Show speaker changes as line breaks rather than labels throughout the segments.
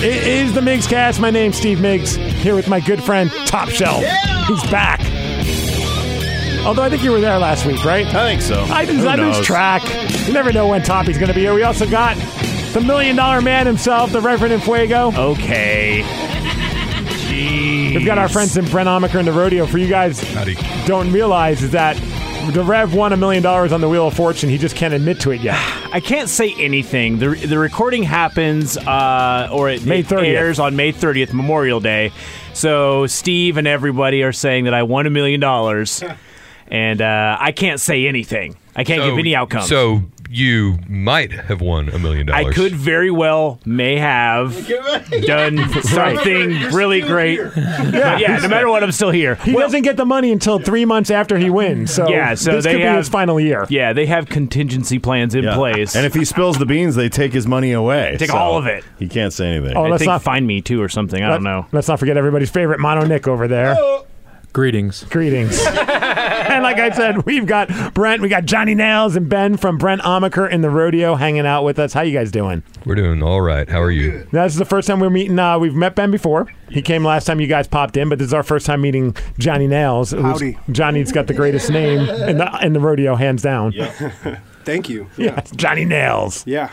It is the Migs Cast. My name's Steve Miggs, here with my good friend Top Shelf. He's back. Although I think you were there last week, right?
I think so.
I just
Who
I lose
knows?
track. You never know when Toppy's going to be here. We also got the Million Dollar Man himself, the Reverend in Fuego.
Okay. Jeez.
We've got our friends in Brent Omaker and the Rodeo. For you guys don't realize is that the Rev won a million dollars on the Wheel of Fortune. He just can't admit to it yet.
I can't say anything. The, the recording happens, uh, or it,
May
it
30th.
airs on May 30th, Memorial Day. So Steve and everybody are saying that I won a million dollars, and uh, I can't say anything. I can't give any outcome.
So you might have won a million
I
dollars.
could very well, may have done something really great. But yeah, no matter what, I'm still here.
He doesn't get the money until three months after he wins. So,
Yeah, so
this
they
could be his
have-
final year.
Yeah, they have contingency plans in
Yeah.
place.
And if he spills the beans, they take his money away.
Take all of it.
He can't say anything.
Oh,
I
let's
think
not-
find me too or something. I don't know.
Let's not forget everybody's favorite Mono Nick over there.
Greetings.
Greetings. and like I said, we've got Brent, we got Johnny Nails and Ben from Brent Amaker in the rodeo hanging out with us. How you guys doing?
We're doing Mm, all right. How are you?
Now, this is the first time we're meeting. Uh, we've met Ben before. He came last time you guys popped in, but this is our first time meeting Johnny Nails. who's-
Howdy.
Johnny's got the greatest name in the, in the rodeo, hands down.
Thank you.
Yeah, it's Johnny Nails.
Yeah.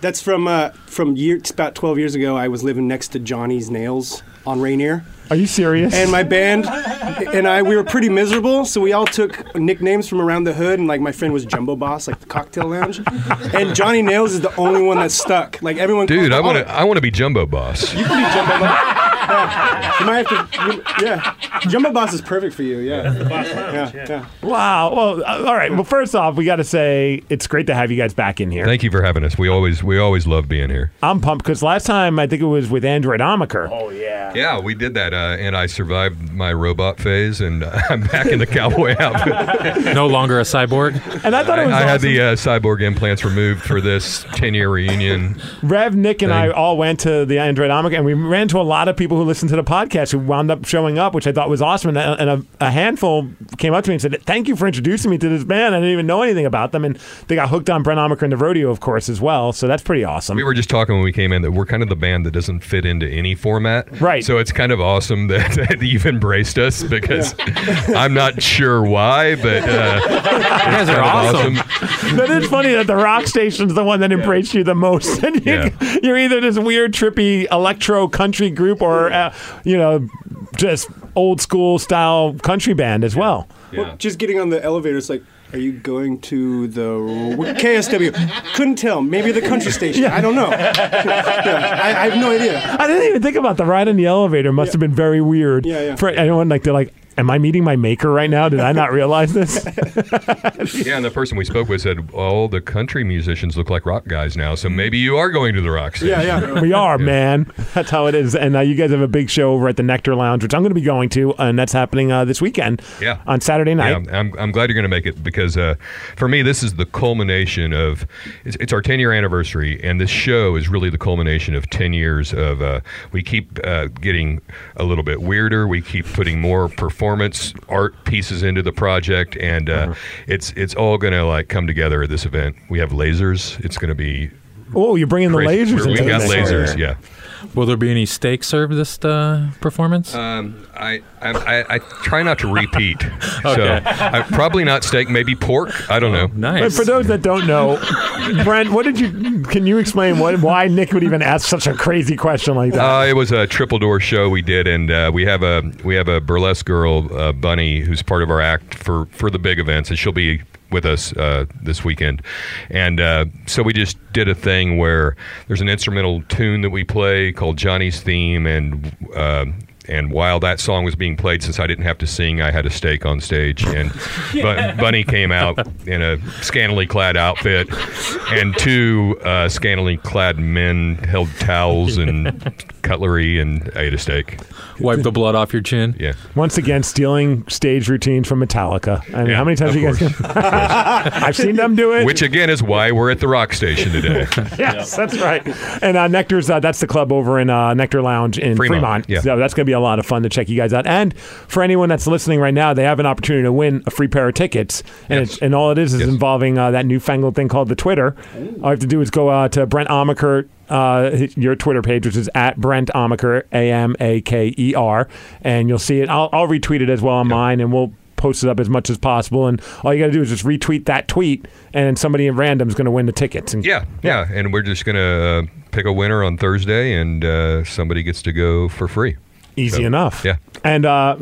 That's from uh, from year, about 12 years ago. I was living next to Johnny's Nails on Rainier.
Are you serious?
And my band and I, we were pretty miserable, so we all took nicknames from around the hood. And like my friend was Jumbo Boss, like the cocktail lounge. And Johnny Nails is the only one that stuck. Like everyone.
Dude, I
calls me,
want to. I want to be Jumbo Boss.
"Oh, You can be Jumbo Boss. Yeah. "Oh, You might have to. you- yeah. Jumbo Boss is perfect for you. Yeah. Yeah. yeah.
wow. Well, uh, all right. Well, first off, we got to say it's great to have you guys back in here.
Thank you for having us. We always we always love being here.
I'm pumped because last time I think it was with Android Amaker.
Yeah, we did that, uh, and I survived my robot phase, and uh, I'm back in the cowboy outfit.
No longer a cyborg.
And I thought it was
I had
awesome.
the uh, cyborg implants removed for this 10 year reunion.
Rev, Nick, and I
thing.
all went to the Android Amica, and we ran to a lot of people who listened to the podcast who wound up showing up, which I thought was awesome. And, a, and a, a handful came up to me and said, "Thank you for introducing me to this band. I didn't even know anything about them." And they got hooked on Brent Amica and the Rodeo, of course, as well. So that's pretty awesome.
We were just talking when we came in that we're kind of the band that doesn't fit into any format.
Right.
So it's kind of awesome that, that you've embraced us because I'm not sure why, but uh,
You guys are
kind of
awesome.
But it's funny that the rock station's the one that embraced you the most. And you,
Yeah.
You're either this weird, trippy electro country group or, uh, you know, just old school style country band as well.
Well, just getting on the elevator, it's like, are you going to the KSW? Couldn't tell. Maybe the country station. I don't know. Yeah, I, I have no idea.
I didn't even think about the ride in the elevator. Must have been very weird.
Yeah, yeah.
For anyone, like they're like, "Am I meeting my maker right now? Did I not realize this?"
Yeah, and the person we spoke with said, "All the country musicians look like rock guys now, so maybe you are going to the rock station."
Yeah, yeah.
we are, man. That's how it is. And uh, you guys have a big show over at the Nectar Lounge, which I'm going to be going to, and that's happening uh, this weekend.
Yeah.
On Saturday night.
Yeah, I'm, I'm glad you're going to make it because uh, for me, this is the culmination of it's, it's our 10 year anniversary, and this show is really the culmination of 10 years of uh, we keep uh, getting a little bit weirder. We keep putting more performance art pieces into the project, and uh, it's it's all going to like come together at this event. We have lasers. It's going to be
Oh, you're bringing the
crazy.
lasers.
We're-
into
We've got
this.
lasers. Yeah.
Will there be any steak served this uh, performance?
Um, I, I, I, I try not to repeat. So I, probably not steak, maybe pork. I don't know.
But
nice.
for those that don't know, Brent, what did you? Can you explain what, why Nick would even ask such a crazy question like that?
Uh, it was a triple door show we did, and uh, we have a we have a burlesque girl, uh, Bunny, who's part of our act for for the big events, and she'll be with us uh, this weekend. And uh, so we just did a thing where there's an instrumental tune that we play called Johnny's Theme, and uh, And while that song was being played, since I didn't have to sing, I had a steak on stage. And Bun Bunny came out in a scantily clad outfit, and two uh, scantily clad men held towels and cutlery, and I ate a steak.
Wipe the blood off your chin.
Yeah.
Once again, stealing stage routines from Metallica. I mean,
Yeah,
how many times
of
you guys? I've seen them do it.
Which again is why we're at the rock station today.
yes, that's right. And uh, Nectar's uh, that's the club over in uh, Nectar Lounge in Fremont.
Fremont, yeah.
So that's going to be a lot of fun to check you guys out. And for anyone that's listening right now, they have an opportunity to win a free pair of tickets. And
Yes.
it's, and all it is is
Yes.
involving uh, that newfangled thing called the Twitter. All you have to do is go uh, to Brent Amaker. Uh, his- your Twitter page, which is at Brent Amaker, A M A K E R, and you'll see it. I'll, I'll retweet it as well on mine, and we'll post it up as much as possible. And all you got to do is just retweet that tweet, and then somebody at random is going to win the tickets. And
Yeah, yeah, and we're just gonna uh, pick a winner on Thursday, and uh, somebody gets to go for free.
easy
So,
enough.
yeah.
And uh,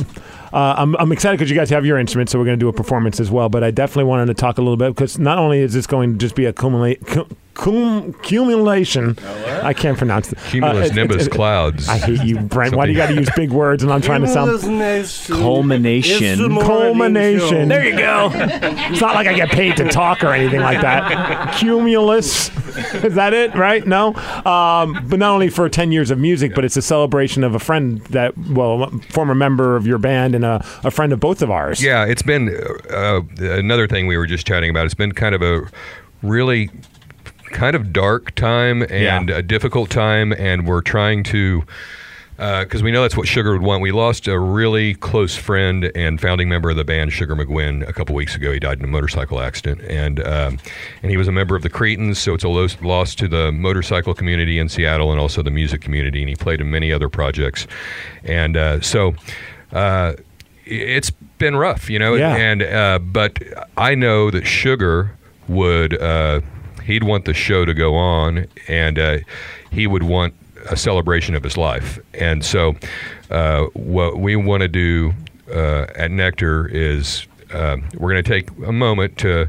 uh, I'm, I'm excited because you guys have your instruments, so we're going to do a performance as well. But I definitely wanted to talk a little bit because not only is this going to just be a cumulate, cum, cumulation, I can't pronounce it. Uh,
Cumulus nimbus clouds.
I hate you, Brent. Why do you got to
Something-
use big words? And I'm trying to sound.
Culmination.
Culmination. There you
go.
It's not like I get paid to talk or anything like that. Cumulus. Is that it? Right? No? Um, but not only for 10 years of music, but it's a celebration of a friend that, well, former member of your band and a, a friend of both of ours.
Yeah, it's been uh, uh, another thing we were just chatting about. It's been kind of a really kind of dark time and a difficult time, and we're trying to. Because we know that's what Sugar would want. We lost a really close friend and founding member of the band, Sugar McGuinn, a couple weeks ago. He died in a motorcycle accident, and um, and he was a member of the Cretans, so it's a los- loss to the motorcycle community in Seattle and also the music community. And he played in many other projects, and uh, so uh, it's been rough, you know.
Yeah.
And uh, but I know that Sugar would uh, he'd want the show to go on, and uh, he would want a celebration of his life. And so, uh, what we want to do uh, at Nectar is um, we're going to take a moment to.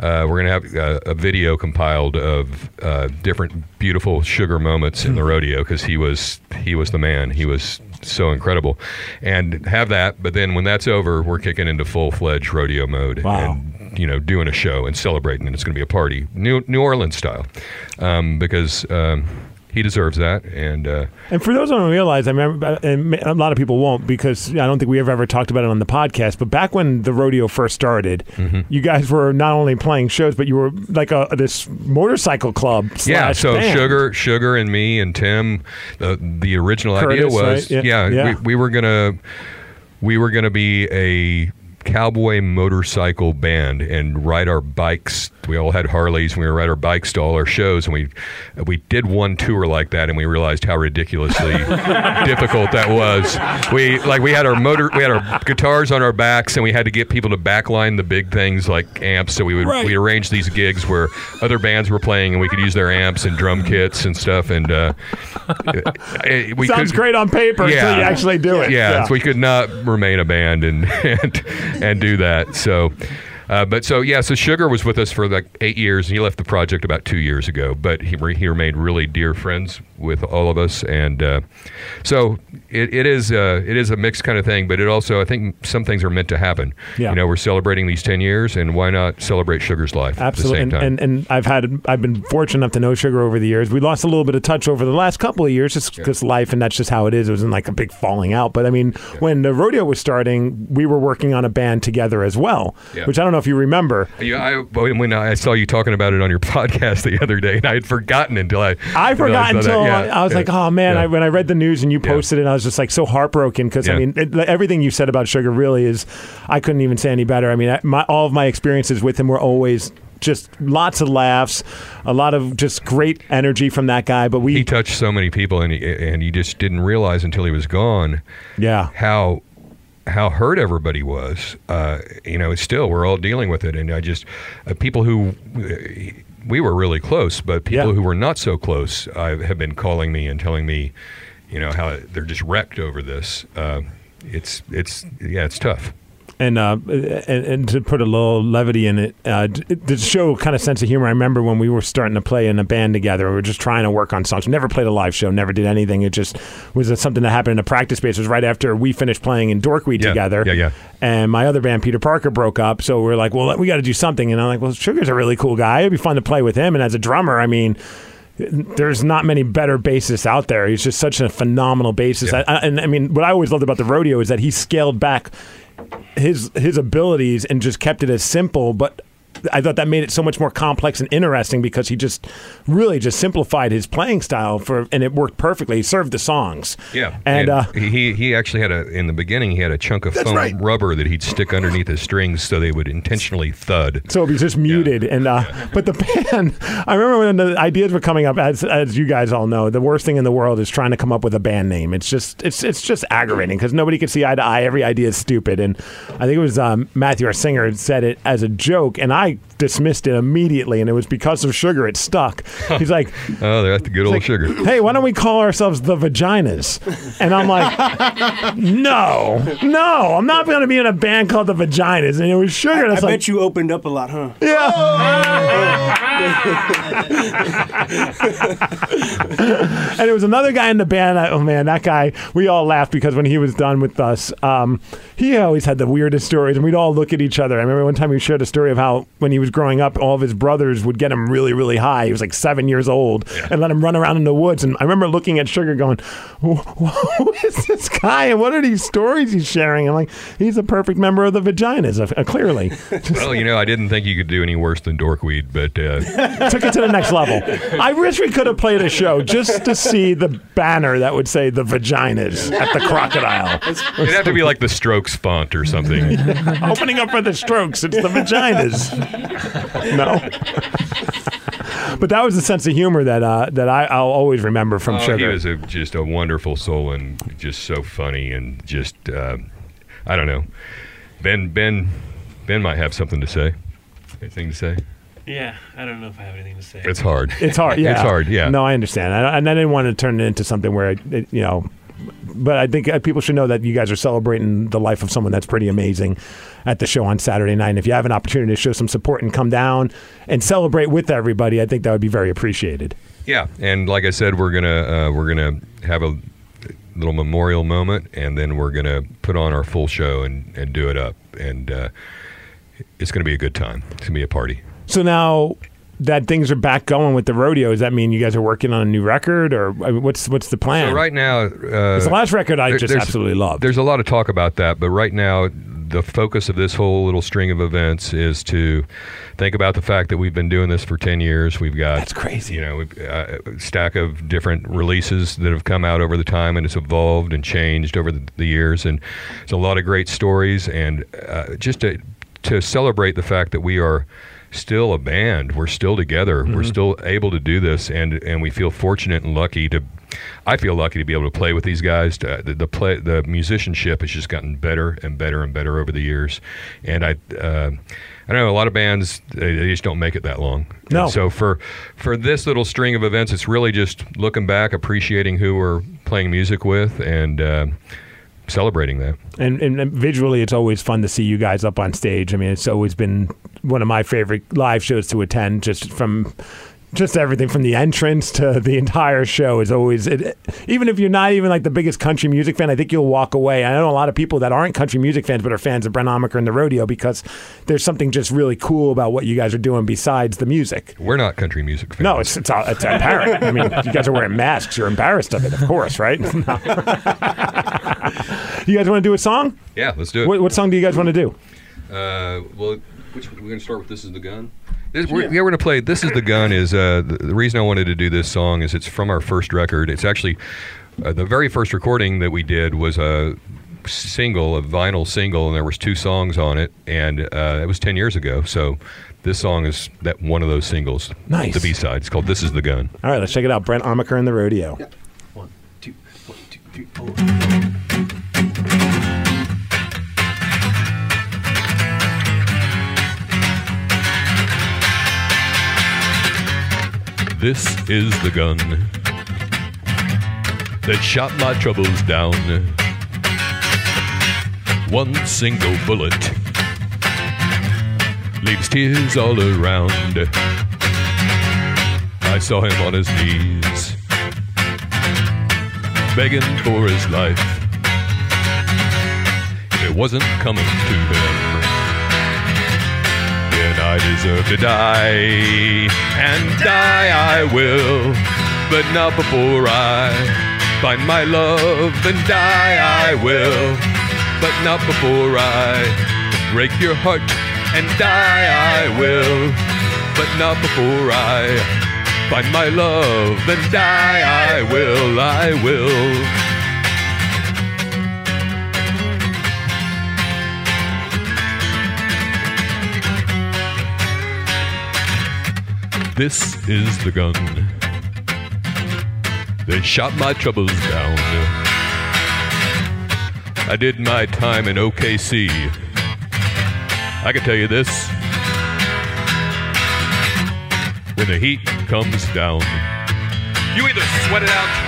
Uh, we're going to have uh, a video compiled of uh, different beautiful sugar moments in the rodeo because he was he was the man. He was so incredible, and have that. But then when that's over, we're kicking into full fledged rodeo mode.
Wow.
And, you know, doing a show and celebrating, and it's going to be a party, New New Orleans style, um, because um, he deserves that. And uh,
And for those who don't realize, I remember, uh, and a lot of people won't because I don't think we ever ever talked about it on the podcast. But back when the rodeo first started,
Mm-hmm.
you guys were not only playing shows, but you were like a this motorcycle club.
yeah,
slash
so
band.
sugar, sugar, and me and Tim, the the original idea
Curtis,
was,
right? Yeah.
yeah,
Yeah.
We, we were gonna we were gonna be a cowboy motorcycle band and ride our bikes. We all had Harleys. and We would ride our bikes to all our shows, and we we did one tour like that, and we realized how ridiculously difficult that was. We like we had our motor, we had our guitars on our backs, and we had to get people to backline the big things like amps. So we would we arranged these gigs where other bands were playing, and we could use their amps and drum kits and stuff. And uh, it- we
Sounds
could-
great on paper until
Yeah.
you actually do it.
yeah, so we could not remain a band and and, and do that. So, uh, but so yeah, so Sugar was with us for like eight years, and he left the project about two years ago. But he re- he remained really dear friends with all of us, and uh, so it, it is uh, it is a mixed kind of thing. But it also I think some things are meant to happen.
Yeah.
You know, we're celebrating these ten years, and why not celebrate Sugar's life
Absolutely,
at
and,
the same time?
and and I've had I've been fortunate enough to know Sugar over the years. We lost a little bit of touch over the last couple of years, just because life, and that's just how it is. It wasn't like a big falling out, but I mean, when the rodeo was starting, we were working on a band together as well,
Yeah.
which I don't know if you remember.
Yeah, I, when when I saw you talking about it on your podcast the other day, and I had forgotten until I
I forgot
realized that-
until
yeah,
I was
yeah,
like, oh man,
yeah.
I, when I read the news and you
Yeah.
posted it, I was just like so heartbroken because I
Yeah.
mean, it, like, everything you said about Sugar really is, I couldn't even say any better. I mean, I, my, all of my experiences with him were always just lots of laughs, a lot of just great energy from that guy. But we,
he touched so many people, and he, and you just didn't realize until he was gone
yeah.
how how hurt everybody was. Uh, you know, still we're all dealing with it, and I just uh, people who we were really close, but people
Yeah.
who were not so close I, have been calling me and telling me, you know, how they're just wrecked over this. Uh, it's it's yeah, it's tough.
and uh, and, and to put a little levity in it, uh, d- to show kind of sense of humor. I remember when we were starting to play in a band together, we were just trying to work on songs. Never played a live show, never did anything. It just was something that happened in a practice space. It was right after we finished playing in Dorkweed
Yeah,
together.
yeah, yeah.
And my other band, Peter Parker, broke up. So we are like, well, we got to do something. And I'm like, well, Sugar's a really cool guy. It'd be fun to play with him. And as a drummer, I mean, there's not many better bassists out there. He's just such a phenomenal bassist.
Yeah.
I, I, and I mean, what I always loved about the rodeo is that he scaled back his his abilities and just kept it as simple, but. I thought that made it so much more complex and interesting because he just really just simplified his playing style for, and it worked perfectly. He served the songs.
Yeah,
and, uh,
he he actually had a in the beginning he had a chunk of foam rubber that he'd stick underneath his strings so they would intentionally thud.
So it was just muted, and uh, but the band. I remember when the ideas were coming up, as as you guys all know, the worst thing in the world is trying to come up with a band name. It's just it's it's just aggravating because nobody can see eye to eye. Every idea is stupid, and I think it was um, Matthew, our singer, said it as a joke, and I dismissed it immediately, and it was because of sugar. It stuck. He's like,
Oh, that's the good old sugar.
hey, why don't we call ourselves the vaginas? And I'm like, no, no, I'm not going to be in a band called the vaginas. And it was sugar.
I
That's like,
bet you opened up a lot, huh?
yeah. and there was another guy in the band. I, oh man, that guy. We all laughed because when he was done with us, um, he always had the weirdest stories, and we'd all look at each other. I remember one time he shared a story of how when he was growing up, all of his brothers would get him really, really high. He was like seven years old, and let him run around in the woods. And I remember looking at Sugar, going, "Wh- "Who is this guy? And what are these stories he's sharing?" I'm like, "He's a perfect member of the vaginas, uh, clearly."
Well, you know, I didn't think you could do any worse than dorkweed, but uh,
took it to the next level. I wish we could have played a show just to see the banner that would say the vaginas at the crocodile.
it'd have to be like the Strokes font or something.
Opening up for the strokes, it's the vaginas. No. But that was the sense of humor that uh, that I, I'll always remember from
Oh,
Sugar.
He was a, just a wonderful soul and just so funny and just uh, I don't know. Ben Ben Ben might have something to say. Anything to say?
Yeah, I don't know if I have anything to say.
It's hard.
It's hard. Yeah,
It's hard, yeah.
No, I understand. I, and I didn't want to turn it into something where it, it, you know. But I think uh, people should know that you guys are celebrating the life of someone that's pretty amazing at the show on Saturday night. And if you have an opportunity to show some support and come down and celebrate with everybody, I think that would be very appreciated.
Yeah, and like I said, we're gonna uh, we're gonna have a little memorial moment, and then we're gonna put on our full show and, and do it up, and uh, it's gonna be a good time. It's gonna be a party.
So now that things are back going with the rodeo, does that mean you guys are working on a new record, or I mean, what's what's the plan?
So right now, uh,
'Cause the last record I
there-
just
there's-
absolutely loved.
There's a lot of talk about that, but right now, the focus of this whole little string of events is to think about the fact that we've been doing this for 10 years. We've got
That's crazy.
You know, we've, uh, a stack of different releases that have come out over the time, and it's evolved and changed over the, the years. And it's a lot of great stories, and uh, just to to celebrate the fact that we are still a band. We're still together.
Mm-hmm.
We're still able to do this, and and we feel fortunate and lucky to. I feel lucky to be able to play with these guys. To, the, the play, the musicianship has just gotten better and better and better over the years, and I. Uh, I don't know. A lot of bands they, they just don't make it that long.
No.
And so for for this little string of events, it's really just looking back, appreciating who we're playing music with, and uh, celebrating that.
and, and and visually it's always fun to see you guys up on stage i mean it's always been one of my favorite live shows to attend just from just everything from the entrance to the entire show is always it, even if you're not even like the biggest country music fan i think you'll walk away i know a lot of people that aren't country music fans but are fans of brenomaker and the rodeo because there's something just really cool about what you guys are doing besides the music
We're not country music fans.
no, it's it's, uh, it's apparent. I mean, you guys are wearing masks. You're embarrassed of it, of course, right? No. you guys want to do a song?
yeah. Let's do it.
What, what song do you guys want to do?
Uh, well, which we're gonna start with. This is the gun. This, we're, yeah. we're gonna play. This is the gun. Is uh, the, the reason I wanted to do this song is it's from our first record. It's actually uh, the very first recording that we did was a single, a vinyl single, and there was two songs on it, and uh, it was ten years ago. So this song is that one of those singles.
Nice.
The B side. It's called "This Is the Gun."
All right, let's check it out. Brent Armaker and the Rodeo.
One, two, one, two, three, four.
This is the gun that shot my troubles down. One single bullet leaves tears all around. I saw him on his knees, begging for his life. If it wasn't coming to him, then I deserve to die. And die I will, but not before I find my love. And die I will, but not before I break your heart. And die I will, but not before I find my love. And die I will, I will. This is the gun that shot my troubles down. I did my time in OKC. I can tell you this when the heat comes down, you either sweat it out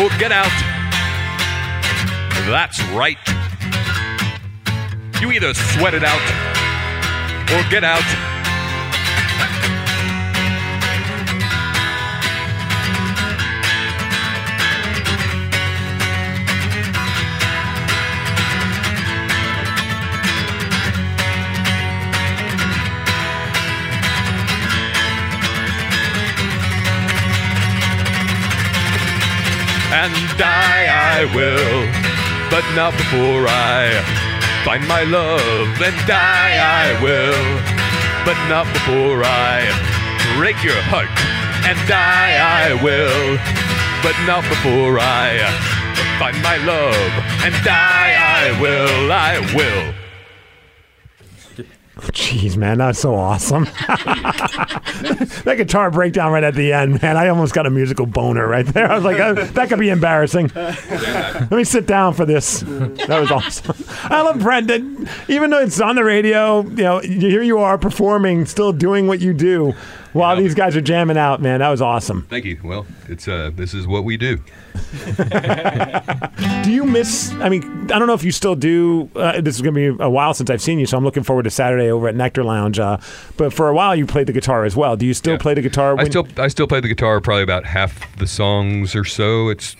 or Oh, get out. That's right. You either sweat it out or get out. and die I will, but not before I find my love. And die I will, but not before I break your heart. And die I will, but not before I find my love. And die I will, I will.
Jeez, man, that's so awesome. that guitar breakdown right at the end, man. I almost got a musical boner right there. I was like, uh, that could be embarrassing. Let me sit down for this. That was awesome. I love Brendan. Even though it's on the radio, you know, here you are performing, still doing what you do while
Yeah.
these guys are jamming out, man. That was awesome.
Thank you. Well, it's uh, this is what we do.
Do you miss? I mean, I don't know if you still do. Uh, this is going to be a while since I've seen you, so I'm looking forward to Saturday over at Nectar Lounge. Uh, but for a while, you played the guitar as well. Do you still
Yeah.
play the guitar?
I still I still play the guitar probably about half the songs or so. It's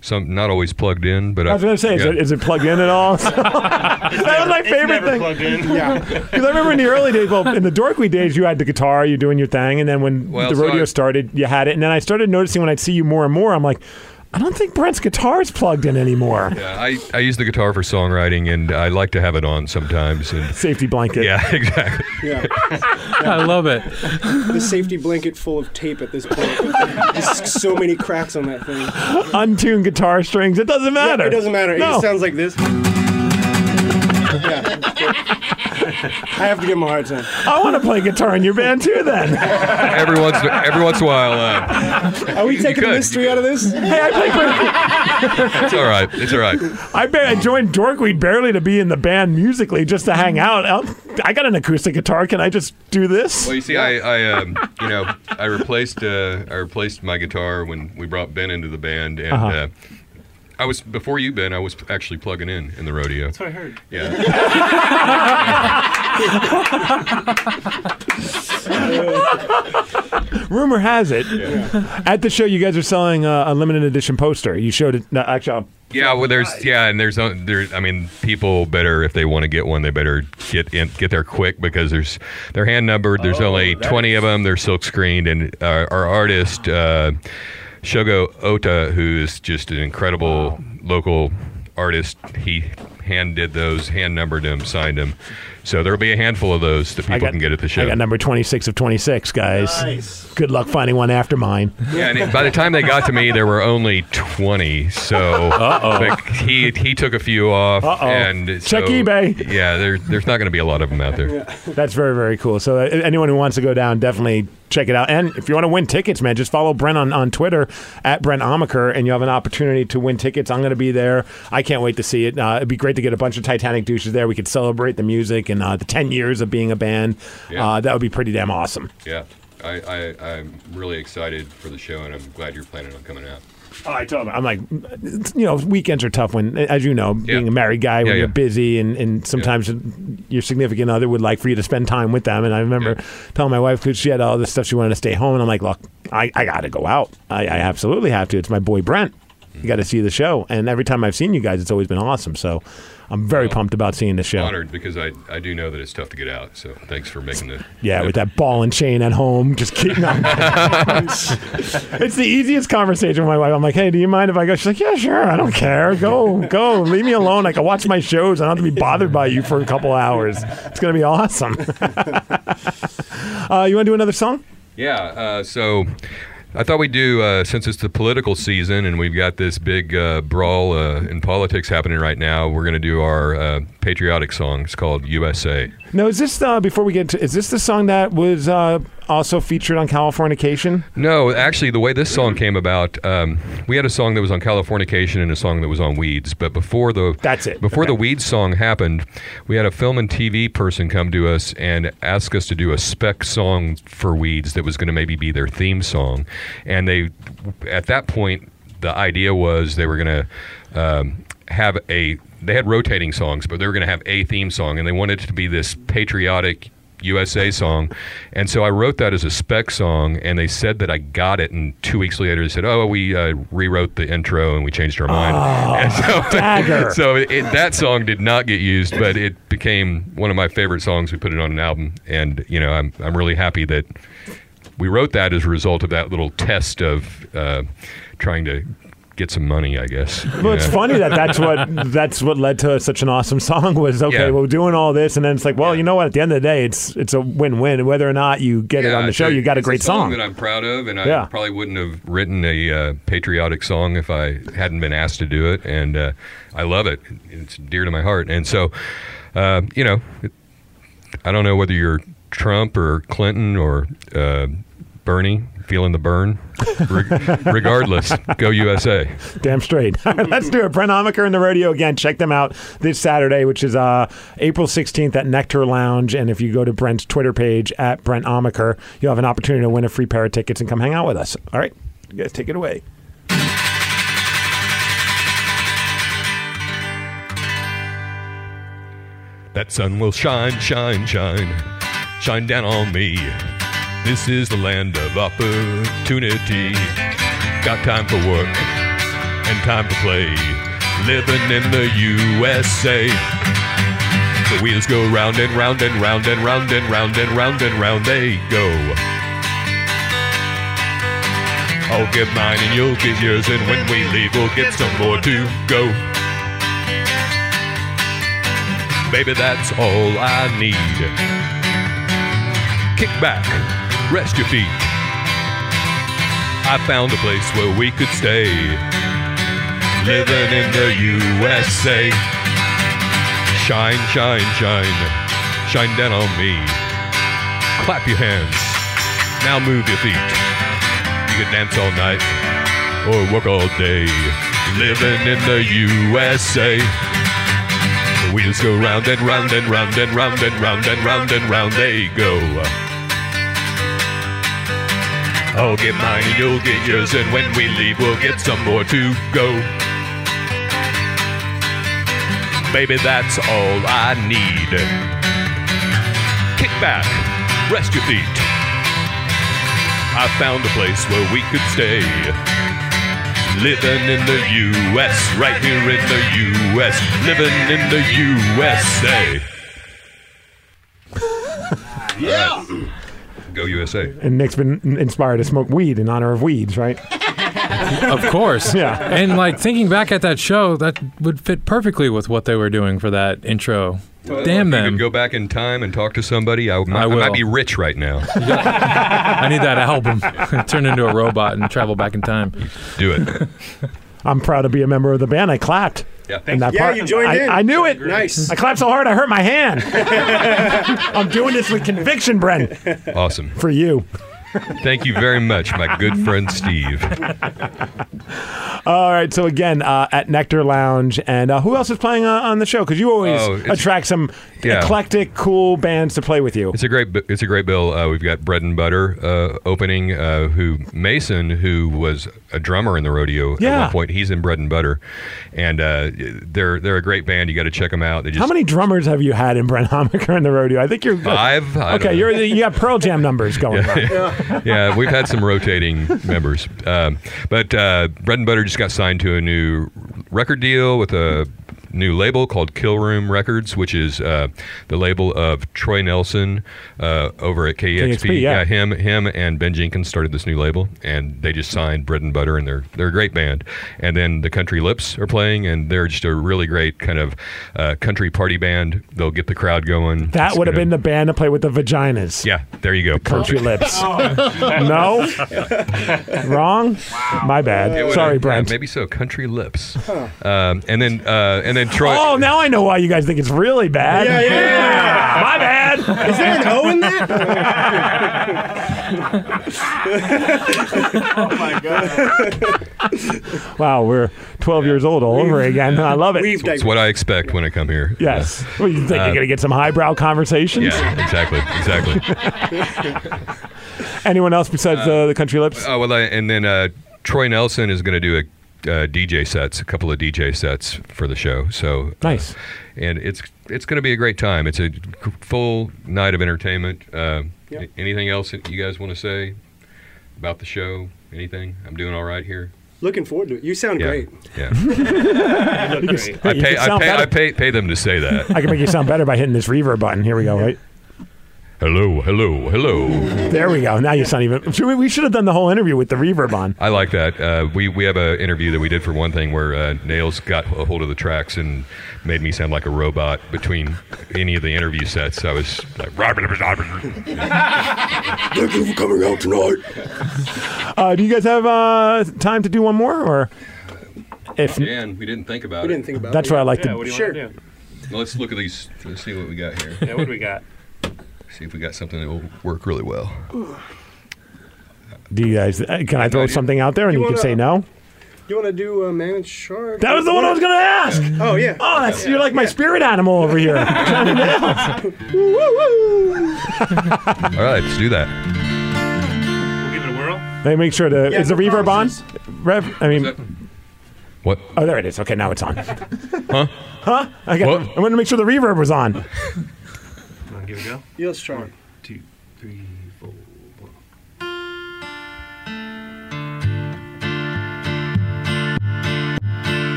some not always plugged in, but
I was going to say, is,
yeah.
it, is it plugged in at all? that was my favorite thing.
in.
Yeah.
Because I remember in the early days, well, in the Dorkly days, you had the guitar, you're doing your thing, and then when
Well,
the
so
rodeo
I-
started, you had it. And then I started noticing when I'd see you more and more, I'm like, I don't think Brent's guitar is plugged in anymore.
Yeah, I, I use the guitar for songwriting, and I like to have it on sometimes. And
Safety blanket.
yeah, exactly.
Yeah.
I love it.
The safety blanket full of tape at this point. There's so many cracks on that thing.
Untuned guitar strings. It doesn't matter.
It doesn't matter. It
No.
just sounds like this. yeah. I have to give him a hard time.
I want to play guitar in your band too then. hey,
Every once every once in a while, uh,
Are we taking the
could.
mystery out of this?
I play for,
it's all right. It's all right.
I, ba- I joined Dorkweed barely to be in the band musically, just to hang out. I'll- I got an acoustic guitar. Can I just do this?
Well, you see, I, I um, you know, I replaced uh, I replaced my guitar when we brought Ben into the band,
Uh-huh.
and. uh I was before you, Ben. I was actually plugging in in the rodeo. That's what I heard. Yeah,
Rumor has it, at the show you guys are selling uh, a limited edition poster. You showed it. No, actually, I'll-
yeah. Well, there's yeah, and there's uh, there. I mean, people better if they want to get one, they better get in, get there quick because there's they're hand numbered.
Oh,
There's only twenty of them. They're silk screened, and our, our artist uh, Shogo Ota, who's just an incredible local artist, he hand did those, hand numbered them, signed them. So there'll be a handful of those that people can get at the show.
I got number 26 of 26, guys. Good luck finding one after mine.
Yeah, and it- by the time they got to me, there were only twenty. So like, he he took a few off,
Uh-oh.
and
Check
so-
eBay.
Yeah, there, there's not going to be a lot of them out there.
That's very, very cool. So, uh, anyone who wants to go down, definitely check it out. And if you want to win tickets, man, just follow Brent on, on Twitter at Brent Amaker, and you have an opportunity to win tickets. I'm going to be there. I can't wait to see it. Uh, it'd be great to get a bunch of Titanic douches there. We could celebrate the music and uh, the 10 years of being a band.
Yeah.
Uh, that would be pretty damn awesome.
Yeah, I, I I'm really excited for the show, and I'm glad you're planning on coming out.
Oh, I told him. I'm like, you know, weekends are tough when, as you know, being
Yeah.
a married guy, when
Yeah, yeah.
you're busy and, and sometimes your significant other would like for you to spend time with them. And I remember
Yeah.
telling my wife, because she had all this stuff, she wanted to stay home. And I'm like, look, I, I got to go out. I, I absolutely have to. It's my boy Brent. You got to see the show. And every time I've seen you guys, it's always been awesome. So I'm very pumped about seeing the show.
Honored because I, I do know that it's tough to get out. So thanks for making the
Yeah, with that ball and chain at home, just keep. No. it's the easiest conversation with my wife. I'm like, hey, do you mind if I go? She's like, yeah, sure. I don't care. Go, go. Leave me alone. I can watch my shows. I don't have to be bothered by you for a couple hours. It's gonna be awesome. uh, you want to do another song?
Yeah, uh, so I thought we'd do, uh, since it's the political season and we've got this big uh, brawl uh, in politics happening right now, we're going to do our uh, patriotic song. It's called USA.
No, is this uh, before we get to? Is this the song that was uh, also featured on Californication?
No, actually, the way this song came about, um, we had a song that was on Californication and a song that was on Weeds. But before the
That's it.
Before
Okay.
the Weeds song happened, we had a film and TV person come to us and ask us to do a spec song for Weeds that was going to maybe be their theme song. And they, at that point, the idea was they were going to um, have a. They had rotating songs, but they were going to have a theme song, and they wanted it to be this patriotic USA song. And so I wrote that as a spec song, and they said that I got it. And two weeks later, they said, Oh, we uh, rewrote the intro and we changed our mind. and so,
dagger.
so it, that song did not get used, but it became one of my favorite songs. We put it on an album, and, you know, I'm, I'm really happy that we wrote that as a result of that little test of uh, trying to get some money, I guess. you
Well, it's
know?
funny that that's what that's what led to such an awesome song was okay.
Yeah.
Well, we're doing all this, and then it's like, well, you know what? At the end of the day, it's it's a win-win. Whether or not you get it
Yeah,
on the
it's
show, you got a
it's
great song.
song, that I'm proud of, and I
Yeah.
probably wouldn't have written a uh, patriotic song if I hadn't been asked to do it, and uh, I love it. It's dear to my heart, and so uh, you know, it, I don't know whether you're Trump or Clinton or uh, Bernie. Feeling the burn. Reg- regardless, go USA.
Damn straight. All right, Let's do it. Brent Amaker and the Rodeo again. Check them out this Saturday, which is uh, April 16th at Nectar Lounge. And if you go to Brent's Twitter page at Brent Amaker, you'll have an opportunity to win a free pair of tickets and come hang out with us. All right, you guys take it away.
That sun will shine, shine, shine, shine down on me. This is the land of opportunity. Got time for work and time for play. Living in the USA. The wheels go round and round and round and round and round and round and round they go. I'll get mine and you'll get yours, and when we leave, we'll get some more to go. Baby, that's all I need. Kick back, rest your feet. I found a place where we could stay. Living in the USA. Shine, shine, shine, shine down on me. Clap your hands. Now move your feet. You can dance all night or work all day. Living in the USA. The wheels go round and round and round and round and round and round and round they go. I'll get mine and you'll get yours, and when we leave, we'll get some more to go. Baby, that's all I need. Kick back, rest your feet. I found a place where we could stay. Living in the U.S., right here in the U.S., living in the USA. yeah! Go USA.
And Nick's been inspired to smoke weed in honor of weeds, right?
Of course.
Yeah.
And like thinking back at that show, that would fit perfectly with what they were doing for that intro. Damn
You
them.
could go back in time and talk to somebody. I, might,
I
I
will.
might be rich right now.
I need that album. Turn into a robot and travel back in time.
Do it.
I'm proud to be a member of the band. I clapped.
Yeah.
in that
Yeah,
part.
you joined
I,
in.
I knew it.
Nice.
I clapped so hard I hurt my hand. I'm doing this with conviction, Brent,
Awesome.
for you.
Thank you very much, my good friend Steve.
All right. So again, uh, at Nectar Lounge, and uh, who else is playing on, on the show? Because you always
Oh, it's-
attract some
Yeah.
eclectic, cool bands to play with you.
It's a great, bi- it's a great bill. Uh, we've got Bread and Butter uh, opening. Uh, who Mason, who was a drummer in the rodeo at
Yeah.
one point, he's in Bread and Butter, and uh, they're they're a great band. You got to check them out. They just
How many drummers have you had in Brent Homaker in the rodeo? I think you're
Five? I don't
Okay,
know.
you're you got Pearl Jam numbers going. on.
yeah, we've had some rotating members, um, but uh, Bread and Butter just got signed to a new record deal with a new label called Kill Room Records, which is uh, the label of Troy Nelson uh, over at KEXP.
KEXP, E yeah.
him, him, and Ben Jenkins started this new label, and they just signed Bread and Butter, and they're they're a great band. And then the Country Lips are playing, and they're just a really great kind of uh, country party band. They'll get the crowd going.
That
It's
would have
gonna-
been the band to play with the vaginas.
yeah. There you go.
Country
Perfect.
lips. no? Wrong? My
It
bad.
would've-
Sorry,
yeah,
Brent.
maybe so. Country lips. Um, and then uh, and then Troy.
Oh, now I know why you guys think it's really bad.
Yeah, yeah.
My bad.
Is there an O in that?
Wow, we're 12 years old all over again. I love it.
We've
It's what I expect when I come here.
yes. Well, you think you're going to get some highbrow conversations?
Yeah. Yeah, Exactly. Exactly.
Anyone else besides uh, the Country Lips?
oh well, I, and then uh, Troy Nelson is going to do a. Uh, DJ sets, a couple of DJ sets for the show. So uh,
Nice.
and it's it's going to be a great time. It's a g- full night of entertainment. Uh, a- Anything else that you guys want to say about the show? Anything? I'm doing all right here.
Looking forward to it. You sound
Yeah,
great.
yeah.
You can-
I
you
pay,
can
I
sound
pay,
better.
I pay, pay them to say that.
I can make you sound better by hitting this reverb button. Here we go, right?
Hello, hello, hello.
There we go. Now you sound even. Should we, we should have done the whole interview with the reverb on.
I like that. Uh, we we have an interview that we did for one thing where uh, Nails got a hold of the tracks and made me sound like a robot between any of the interview sets. I was like,
Thank you for coming out tonight.
Uh, do you guys have uh, time to do one more, or if
Dan, we didn't think about
We didn't think about
that's
it.
what I like to?
what do you
Sure.
want to do?
Let's look at these. Let's see what we got here.
Yeah, what do we got?
See if we got something that will work really well.
Do you guys? uh, Can I throw
idea.
something out there and
You
you, can
wanna-
say no?
You want to do uh, Managed Shark?
That was the one I was gonna ask.
Oh, yeah.
Oh, that's, you're like my spirit animal over here.
All right, let's do that.
We'll give it a whirl.
Let me make sure to.
Yeah,
is the
no
reverb
promises.
on? Rev. I mean,
What?
oh, there it is. Okay, now it's on. Huh? Huh? I got.
What?
I wanted to make sure the reverb was on.
Come on, give it a go.
Yeah, let's try it.
Two, three, four. one.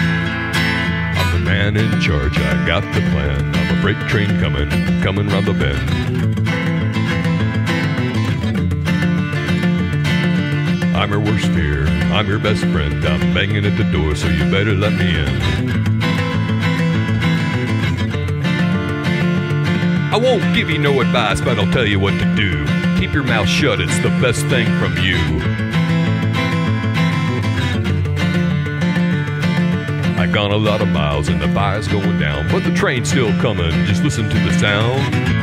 I'm the man in charge. I got the plan. I'm a freight train coming, coming round the bend. I'm your worst fear. I'm your best friend. I'm banging at the door, so you better let me in. I won't give you no advice, but I'll tell you what to do. Keep your mouth shut. It's the best thing from you. I've gone a lot of miles and the fire's going down, but the train's still coming. Just listen to the sound.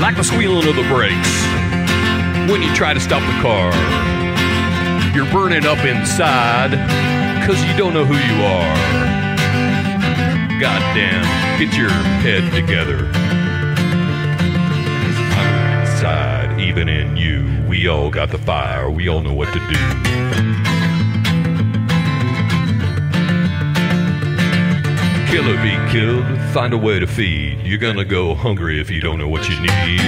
Like the squealing of the brakes when you try to stop the car. You're burning up inside because you don't know who you are. Goddamn, get your head together. I'm inside, even in you. We all got the fire, we all know what to do. Kill or be killed, find a way to feed. You're gonna go hungry if you don't know what you need.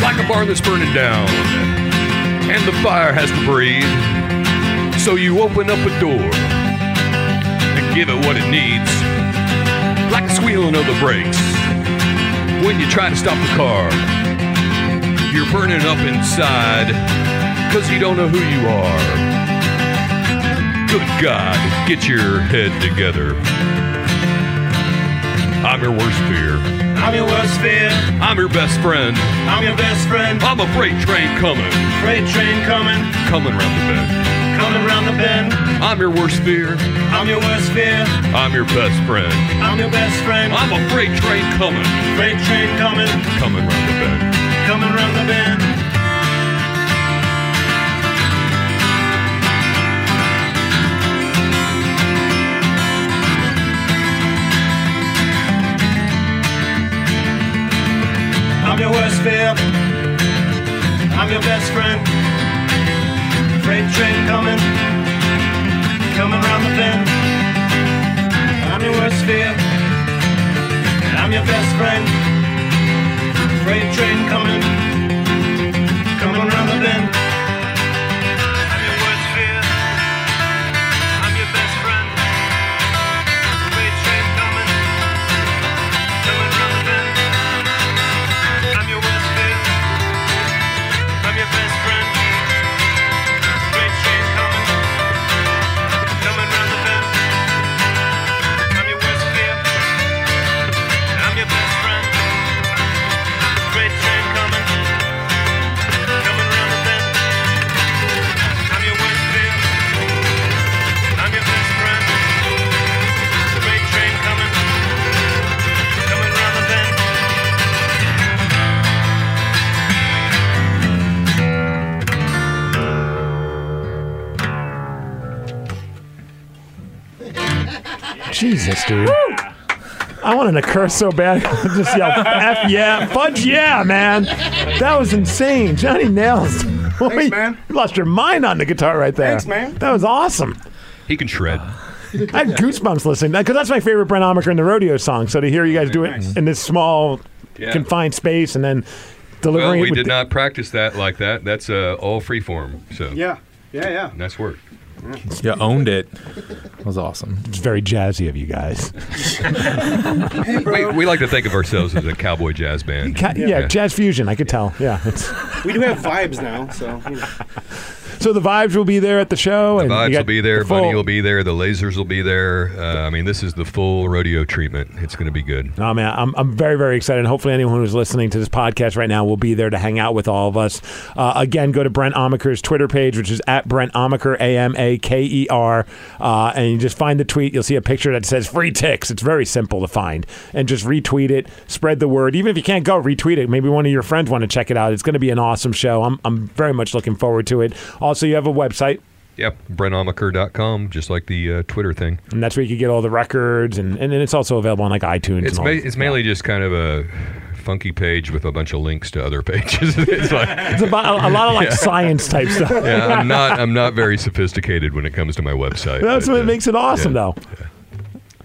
Like a barn that's burning down, and the fire has to breathe. So you open up a door and give it what it needs. Like the squealing of the brakes when you try to stop the car. You're burning up inside because you don't know who you are. Good God, get your head together. I'm your worst fear.
I'm your worst fear.
I'm your best friend.
I'm your best friend.
I'm a freight train coming,
Freight train coming,
coming round the bend.
coming round the bend.
I'm your worst fear.
I'm your worst fear.
I'm your best friend.
I'm your best friend.
I'm a freight train coming,
Freight train coming,
coming round the bend.
coming round the bend. I'm your worst fear. I'm your best friend. Freight train coming, coming round the bend. I'm your worst fear. I'm your best friend. Freight train coming, coming round the bend. I'm your worst fear. I'm your best friend. Freight train coming, coming round the bend. I'm your worst fear. I'm your best friend. Freight train coming, coming round the bend. I'm your worst fear. I'm your best friend. Freight train coming, coming round the bend. I'm your worst fear. I'm your best friend. Freight train coming, coming round the bend.
Jesus, dude. I wanted to curse so bad. Just yell, F yeah, fudge yeah, man. That was insane. Johnny Nails. Thanks,
man.
You lost your mind on the guitar right there.
Thanks, man.
That was awesome.
He can shred.
I had goosebumps listening because that's my favorite Brent Omaker in the rodeo song. So to hear you guys do it in this small,
Yeah.
confined space and then delivering
Well,
it
we
with
did
the-
not practice that like that. That's uh, all freeform. So
Yeah, yeah, yeah.
nice work.
You owned it. That was awesome.
It's very jazzy of you guys.
We, we like to think of ourselves as a cowboy jazz band.
Ca- yeah, jazz fusion. I could tell. Yeah. It's,
We do have vibes now, so you know.
so the vibes will be there at the show. and you
Vibes will
got
be there.
the full-
Bunny will be there. The lasers will be there. Uh, I mean, this is the full rodeo treatment. It's going to be good.
Oh man, I'm, I'm very very excited. Hopefully, anyone who's listening to this podcast right now will be there to hang out with all of us. Uh, again, go to Brent Omaker's Twitter page, which is at Brent Omaker A M A K E R, uh, and you just find the tweet. You'll see a picture that says "free ticks." It's very simple to find, and just retweet it, spread the word. Even if you can't go, retweet it. Maybe one of your friends want to check it out. It's going to be an awesome show. I'm I'm very much looking forward to it. Also, you have a website.
Yep. Brenomaker.com, just like the uh, Twitter thing.
And that's where you can get all the records, and, and, and it's also available on like iTunes.
It's
and all
ma- it's mainly just kind of a funky page with a bunch of links to other pages. it's like.
It's about a, a lot of like science type stuff.
Yeah, I'm not. I'm not very sophisticated when it comes to my website.
That's
but,
what
uh,
makes it awesome,
yeah.
though.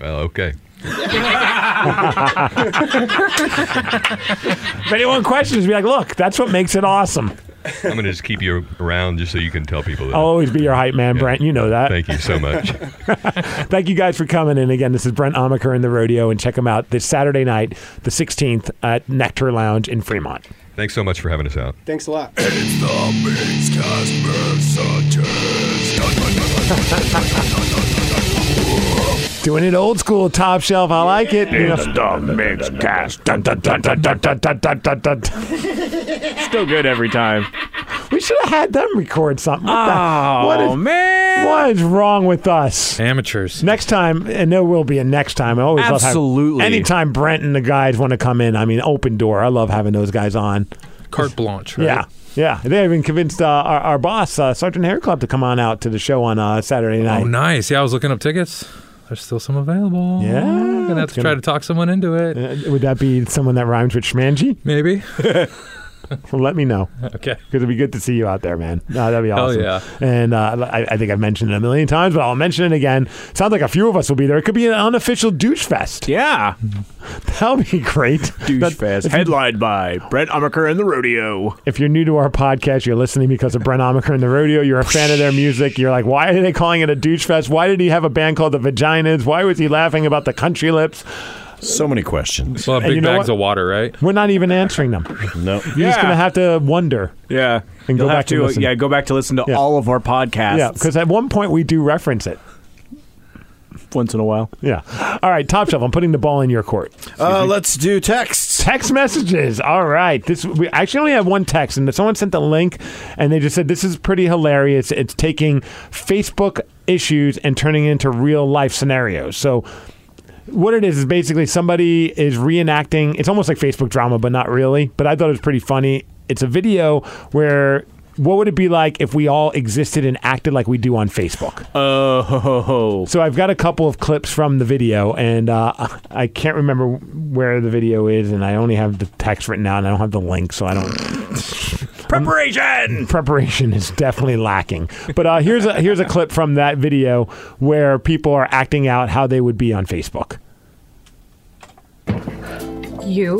Well, okay.
If anyone questions, be like, look, that's what makes it awesome.
I'm going to just keep you around just so you can tell people that.
I'll always be your hype man, Brent. You know that.
Thank you so much.
Thank you guys for coming. And again, this is Brent Amaker in the rodeo. And check him out this Saturday night, the 16th, at Nectar Lounge in Fremont.
Thanks so much for having us out.
thanks a lot.
It's the Mix Casper
Doing it old school, top shelf. I like it. You know,
Still good every time.
we should have had them record something. What, the-
Oh
what is-
man!
what is wrong with us?
Amateurs.
Next time, and there will be a next time. I always love
Absolutely.
having anytime Brent and the guys want to come in. I mean, open door. I love having those guys on.
Carte blanche, right?
Yeah. Yeah, they even convinced uh, our, our boss, uh, Sergeant Hair Club, to come on out to the show on uh, Saturday night.
Oh, nice. Yeah, I was looking up tickets. There's still some available.
Yeah,
I'm gonna have
it's
to try to talk someone into it.
Uh, Would that be someone that rhymes with Schmanji?
Maybe.
Well, let me know.
Okay.
Because it'd be good to see you out there, man. No, that'd be
Hell
awesome.
yeah.
And uh, I, I think I've mentioned it a million times, but I'll mention it again. Sounds like a few of us will be there. It could be an unofficial douche fest.
Yeah,
That'll be great.
douche
That-
fest. Headlined by Brett Amaker and the Rodeo.
If you're new to our podcast, you're listening because of Brent Omaker and the Rodeo. You're a fan of their music. You're like, why are they calling it a douche fest? Why did he have a band called the Vaginas? Why was he laughing about the country lips?
So many questions.
Well,
And
big
you know
bags
what?
of water, right?
We're not even answering them.
No.
You're just gonna have to wonder.
Yeah.
And go
You'll have
back to
to,
listen.
yeah, go back to listen to all of our podcasts.
Yeah, because at one point we do reference it.
Once in a while.
Yeah. All right, top shelf. I'm putting the ball in your court.
Uh, let's do texts.
Text messages. All right. This we actually only have one text, and someone sent the link, and they just said this is pretty hilarious. It's taking Facebook issues and turning it into real life scenarios. So. What it is is basically somebody is reenacting. It's almost like Facebook drama, but not really. But I thought it was pretty funny. It's a video where what would it be like if we all existed and acted like we do on Facebook?
Oh.
So I've got a couple of clips from the video, and uh, I can't remember where the video is, and I only have the text written out, and I don't have the link, so I don't.
Preparation.
Preparation is definitely lacking. But uh, here's a here's a clip from that video where people are acting out how they would be on Facebook.
You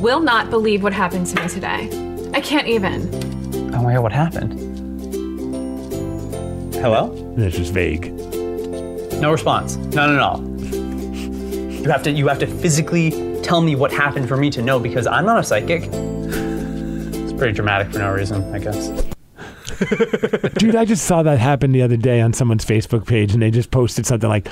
will not believe what happened to me today. I can't even.
I want to hear what happened. Hello?
This is vague.
No response. None at all. You have to you have to physically tell me what happened for me to know because I'm not a psychic. It's pretty dramatic for no reason, I guess.
Dude, I just saw that happen the other day on someone's Facebook page, and they just posted something like,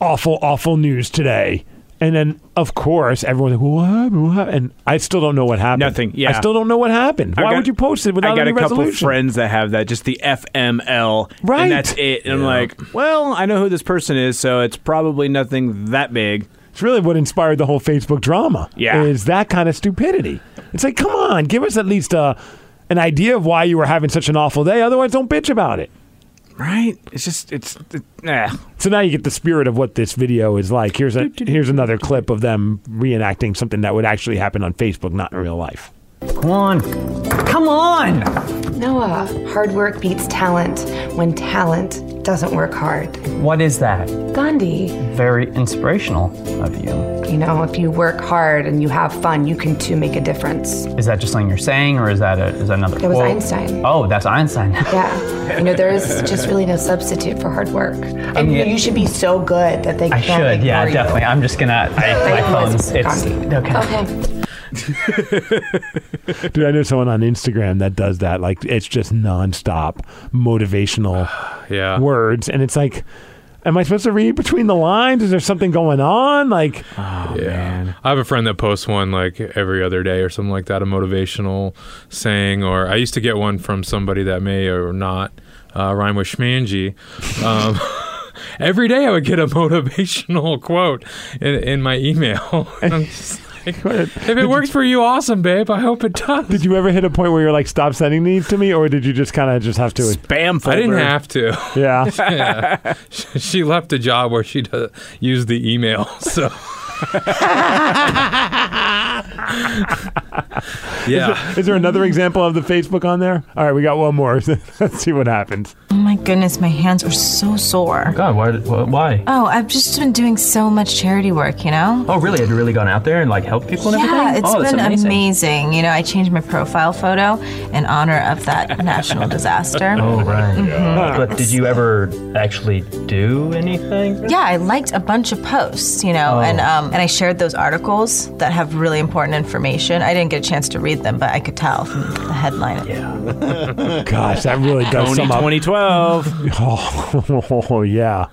"Awful, awful news today." And then, of course, everyone's like, "What happened? What happened?" And I still don't know what happened. Nothing.
yeah.
I still don't know what happened.
I
Why
got-
would you post it without
I got
any
a couple of
resolution?
friends that have that, just the FML,
Right.
And that's it. And I'm like, well, I know who this person is, so it's probably nothing that big.
It's really what inspired the whole Facebook drama.
Yeah.
is that kind of stupidity? It's like, come on, give us at least a, an idea of why you were having such an awful day. Otherwise, don't bitch about it.
Right? It's just it's it, nah.
So now you get the spirit of what this video is like. Here's a here's another clip of them reenacting something that would actually happen on Facebook, not in real life.
Come on. Come on!
Noah, hard work beats talent when talent doesn't work hard.
What is that?
Gandhi,
Very inspirational of you.
you know, if you work hard and you have fun, you can too make a difference.
Is that just something you're saying or is that a, is that another
That was
quote?
Einstein.
Oh, that's Einstein.
Yeah. You know, there is just really no substitute for hard work. And
mean,
you should be so good that they
I
can't
should, yeah,
ignore you.
definitely. I'm just gonna. I, my phone's. It's okay.
Okay.
Dude, I know someone on Instagram that does that. Like, it's just nonstop motivational
yeah.
words. And it's like, am I supposed to read between the lines? Is there something going on? Like,
yeah. I have a friend that posts one like every other day or something like that, a motivational saying. Or I used to get one from somebody that may or not uh, rhyme with Schmangy. Um, every day I would get a motivational quote in, in my email. And I'm just like, if it works for you, awesome, babe. I hope it does.
did you ever hit a point where you're like, stop sending these to me? Or did you just kind of just have to?
Spam
I didn't have to.
Yeah.
Yeah. She- She left a job where she does, used the email. So.
Is
yeah.
there- is there another example of the Facebook on there? All right, we got one more. Let's see what happens.
Oh my goodness, my hands are so sore.
God, why? Why?
Oh, I've just been doing so much charity work, you know?
Oh, really? Have you really gone out there and like helped people and
Yeah,
everything?
it's
oh, that's
been amazing.
amazing.
You know, I changed my profile photo in honor of that national disaster.
Oh, right.
Mhm.
But did you ever actually do anything?
Yeah, I liked a bunch of posts, you know,
Oh.
and um, and I shared those articles that have really important information. I didn't get a chance to read them, but I could tell from the headline. Yeah.
Gosh, that really does
Tony
sum up.
2012.
Oh, yeah.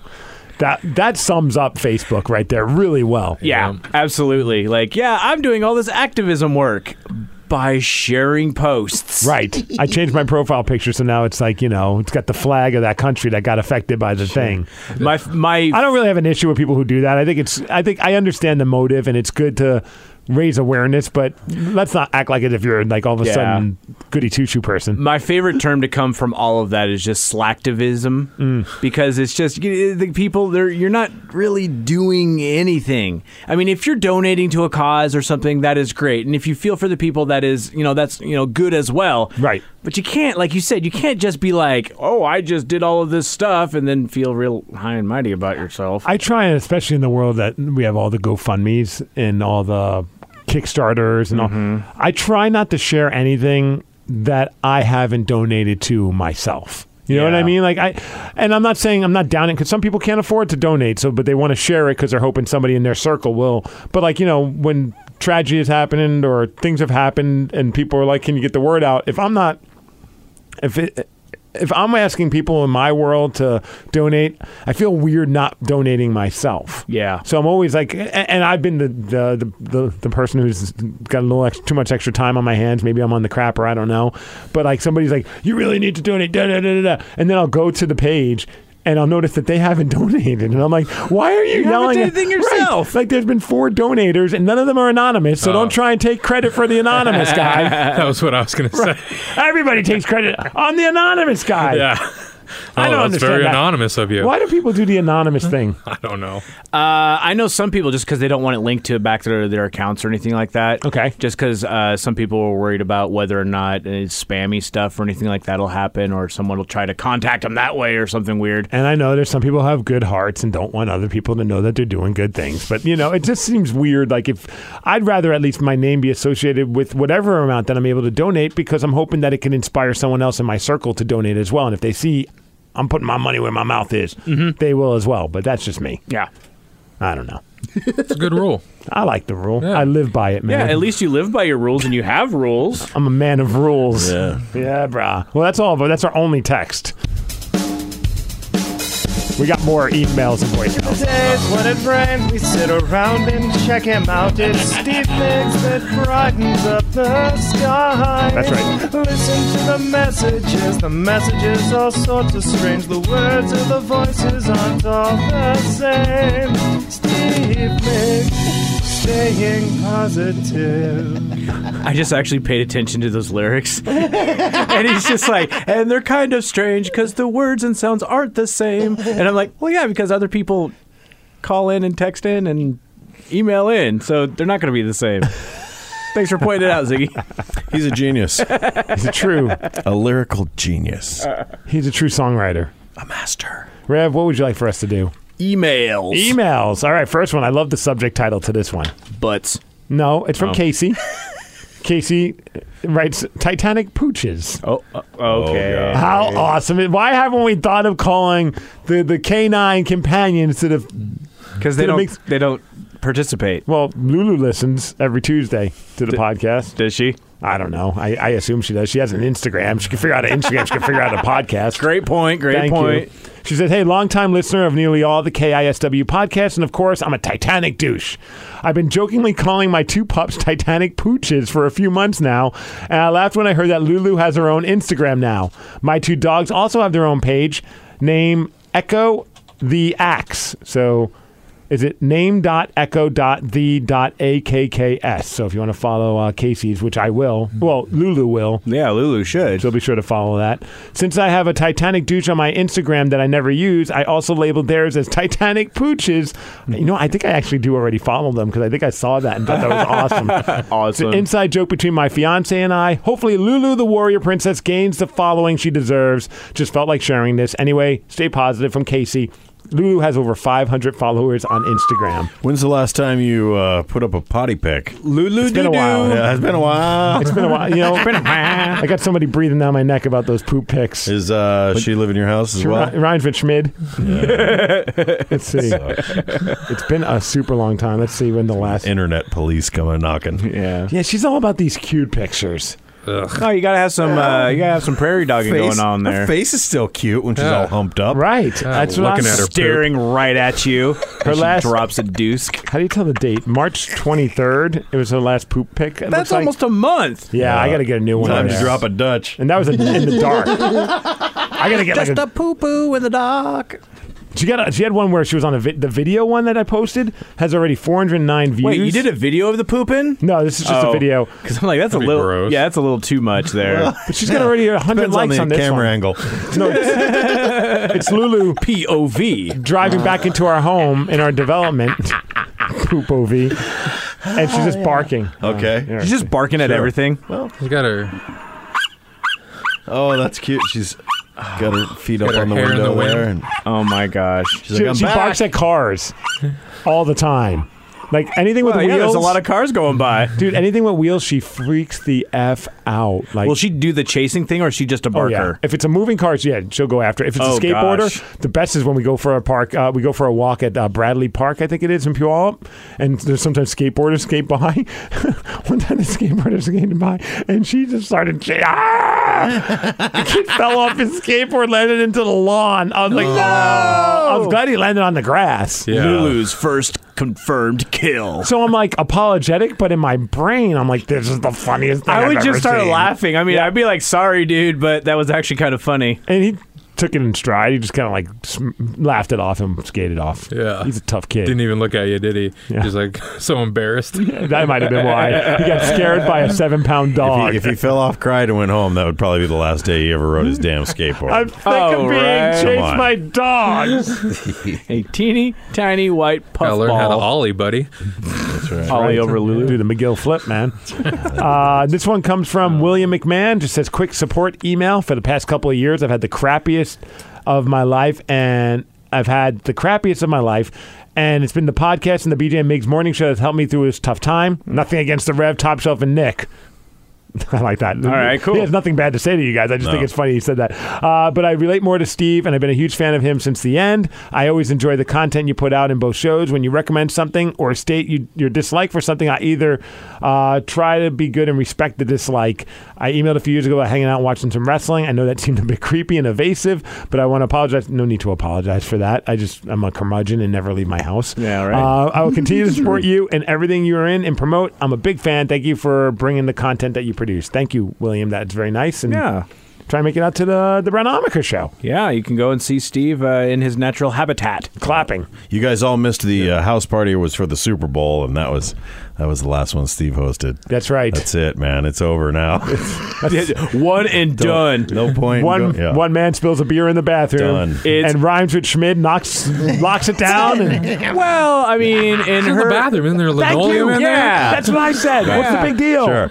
That that sums up Facebook right there really well.
Yeah, absolutely. Like, yeah, I'm doing all this activism work by sharing posts.
Right. I changed my profile picture, so now it's like you know, it's got the flag of that country that got affected by the thing.
My my. I
don't really have an issue with people who do that. I think it's. I think I understand the motive, and it's good to raise awareness, but let's not act like it if you're like all of a
Yeah.
sudden goody two shoe person.
My favorite term to come from all of that is just slacktivism because it's just you- the people they're you're not really doing anything. I mean, if you're donating to a cause or something, that is great, and if you feel for the people, that is you know that's you know good as well.
Right.
But you can't, like you said, you can't just be like, oh, I just did all of this stuff, and then feel real high and mighty about yourself.
I try, and especially in the world that we have all the GoFundmes and all the Kickstarters and all, I try not to share anything that I haven't donated to myself. You You know what I mean? Like I, and I'm not saying I'm not downing because some people can't afford to donate, so but they want to share it because they're hoping somebody in their circle will. But like you know when tragedy is happening or things have happened and people are like, can you get the word out? If I'm not, if it. If I'm asking people in my world to donate, I feel weird not donating myself.
Yeah.
So I'm always like, a- and I've been the the the, the, the person who's got a little ex- too much extra time on my hands. Maybe I'm on the crapper. I don't know. But like somebody's like, you really need to donate. Da da da da. da." And then I'll go to the page. And I'll notice that they haven't donated, and I'm like, "Why are you,
You haven't
yelling
done
at-
anything
Right.
yourself.
Like, there's been four donators, and none of them are anonymous. So
Oh.
don't try and take credit for the anonymous guy.
that was what I was going to say.
Everybody takes credit. I'm the anonymous guy.
Yeah.
I
Oh,
don't
that's
understand
very
that.
anonymous of you.
Why do people do the anonymous thing?
I don't know.
Uh, I know some people just because they don't want it linked to back to their, their accounts or anything like that.
Okay.
Just because uh, some people are worried about whether or not uh, spammy stuff or anything like that'll happen, or someone will try to contact them that way or something weird.
And I know there's some people who have good hearts and don't want other people to know that they're doing good things. But you know, it just seems weird. Like if I'd rather at least my name be associated with whatever amount that I'm able to donate because I'm hoping that it can inspire someone else in my circle to donate as well. And if they see I'm putting my money where my mouth is,
Mm-hmm.
they will as well. But that's just me.
Yeah.
I don't know.
It's a good rule.
I like the rule. I live by it, man.
Yeah, at least you live by your rules and you have rules.
I'm a man of rules.
Yeah.
Yeah, brah. Well, that's all, but that's our only text. We got more emails and voicemails.
Days, what a friend. We sit around and check him out. It's Steve Biggs that brightens up the sky.
That's right.
Listen to the messages. The messages are sorts of strange. The words of the voices aren't all the same. Steve Biggs, staying positive.
I just actually paid attention to those lyrics. and he's just like, and they're kind of strange because the words and sounds aren't the same. And I'm like, well, yeah, because other people call in and text in and email in, so they're not going to be the same. Thanks for pointing it out, Ziggy.
He's a genius.
He's a true,
a lyrical genius.
He's a true songwriter.
A master.
Rev, what would you like for us to do?
Emails.
Emails. All right, first one. I love the subject title to this one.
Butts.
No, it's from
Oh.
Casey. Casey writes Titanic pooches.
Oh, okay.
How awesome! it- Why haven't we thought of calling the the canine companions to the
Because
Did it
they don't
make-
they don't participate.
Well, Lulu listens every Tuesday to the podcast.
Does she?
I don't know. I, I assume she does. She has an Instagram. She can figure out an Instagram. she can figure out a podcast.
Great point. Great
Thank
point.
You. She said, Hey, longtime listener of nearly all the KISW podcasts. And of course, I'm a Titanic douche. I've been jokingly calling my two pups Titanic pooches for a few months now. And I laughed when I heard that Lulu has her own Instagram now. My two dogs also have their own page. Name Echo the Axe. So is it name.echo.the.akks. So if you want to follow uh, Casey's, which I will, well, Lulu will.
Yeah, Lulu should.
So be sure to follow that. Since I have a Titanic douche on my Instagram that I never use, I also labeled theirs as Titanic Pooches. You know, I think I actually do already follow them because I think I saw that and thought that was awesome. It's
Awesome.
an inside joke between my fiance and I. Hopefully, Lulu the Warrior Princess gains the following she deserves. Just felt like sharing this. Anyway, stay positive from Casey. Lulu has over 500 followers on Instagram.
When's the last time you uh, put up a potty pic?
Lulu
It's been a while.
Yeah, it's been a while.
It's been a while. You know, I got somebody breathing down my neck about those poop pics.
Is uh, she live in your house as
She
well?
ri- rhymes with Schmid. Let's see. It's been a super long time. Let's see when the last.
Internet police coming knocking.
Yeah.
Yeah, she's all about these cute pictures.
No, you gotta have some. Uh, you gotta have some prairie dogging
Face-
going on
Her
there.
face is still cute when she's
Yeah.
all humped up.
Right. That's what I'm
staring right at you. Her
Her last-
last drops a deuce.
How do you tell the date? March 23rd. It was her last poop pic. it looks
That's
like.
almost a month.
Yeah, I got to get a new one.
Time
on
to
there.
drop a Dutch.
And that was a, in the dark. I got to get like a,
poo poo in the dark.
She got. A, she had one where she was on a vi- the video one that I posted has already 409 views.
Wait, you did a video of the pooping?
No, this is just a video.
Because I'm like, that's a
That'd be
little.
gross.
Yeah, that's a little too much there.
But she's got already 100
Depends on
likes
the
on, this
camera
one.
angle.
No, it's- it's Lulu
POV.
driving back into our home in our development, poop OV, and she's
Oh,
just barking. Uh,
Okay.
She's just barking at
Sure.
everything.
You got her.
Oh, that's cute. She's got her feet up
Got her
on the
hair in
window
the wind.
there, and
Oh my gosh.
she's
She,
like, I'm
she
back.
barks at cars all the time. Like anything with
Well,
wheels.
Oh, yeah, there's a lot of cars going by.
Dude, anything with wheels, she freaks the f out. Like,
Will she do the chasing thing, or is she just a
Oh,
barker?
yeah. If it's a moving car, yeah, she'll go after. it. If it's
Oh,
a skateboarder,
gosh.
the best is when we go for a park. Uh, we go for a walk at uh, Bradley Park, I think it is in Puyallup, and there's sometimes skateboarders skate by. One time the skateboarder skated by, and she just started. ch- Ah! the kid fell off his skateboard, landed into the lawn. I was like, no! I was glad he landed on the grass.
Lulu's first confirmed kill.
So I'm like apologetic, but in my brain, I'm like, this is the funniest thing
I would
I've
just
ever
start
seen.
laughing. I mean, I'd be like, "Sorry, dude, but that was actually kind of funny."
And he took it in stride. He just kind of like sm- laughed it off and skated off.
Yeah.
He's a tough kid.
Didn't even look at you, did he? He's like so embarrassed.
that might have been why. He got scared by a seven pound
If
dog.
he, if he fell off, cried, and went home, that would probably be the last day he ever rode his damn skateboard.
I'm sick of being chased by dogs.
Oh, a teeny tiny white puff
I learned how to ollie, buddy.
That's
right.
Ollie over Lulu. Do the McGill flip, man. Uh, this one comes from William McMahon. Just says, quick support email. For the past couple of years, I've had the crappiest of my life, and I've had the crappiest of my life. And it's been the podcast and the BJ and Migs morning show that's helped me through this tough time. Nothing against the Rev, Top Shelf, and Nick. I like that. All
right, cool.
He has nothing bad to say to you guys. I just
No.
think it's funny he said that. Uh, but I relate more to Steve, and I've been a huge fan of him since the end. I always enjoy the content you put out in both shows. When you recommend something or state you, your dislike for something, I either uh, try to be good and respect the dislike. I emailed a few years ago about hanging out and watching some wrestling. I know that seemed a bit creepy and evasive, but I want to apologize. No need to apologize for that. I just, I'm a curmudgeon and never leave my house.
Yeah, right.
Uh, I will continue to support you and everything you are in and promote. I'm a big fan. Thank you for bringing the content that you produce. Thank you, William. That's very nice. And
Yeah.
Try and make it out to the the Brownomica show.
Yeah, you can go and see Steve uh, in his natural habitat.
Clapping.
You guys all missed the uh, house party. It was for the Super Bowl, and that was that was the last one Steve hosted.
That's right.
That's it, man. It's over now.
one and done.
No point. in
One
go- yeah.
one man spills a beer in the bathroom
Done. It's-
and rhymes with Schmidt, knocks locks it down. And,
well, I mean, in
in the
her
bathroom, isn't there
Thank
linoleum
you.
in there?
Yeah, that's what I said. What's the
Yeah.
big deal?
Sure.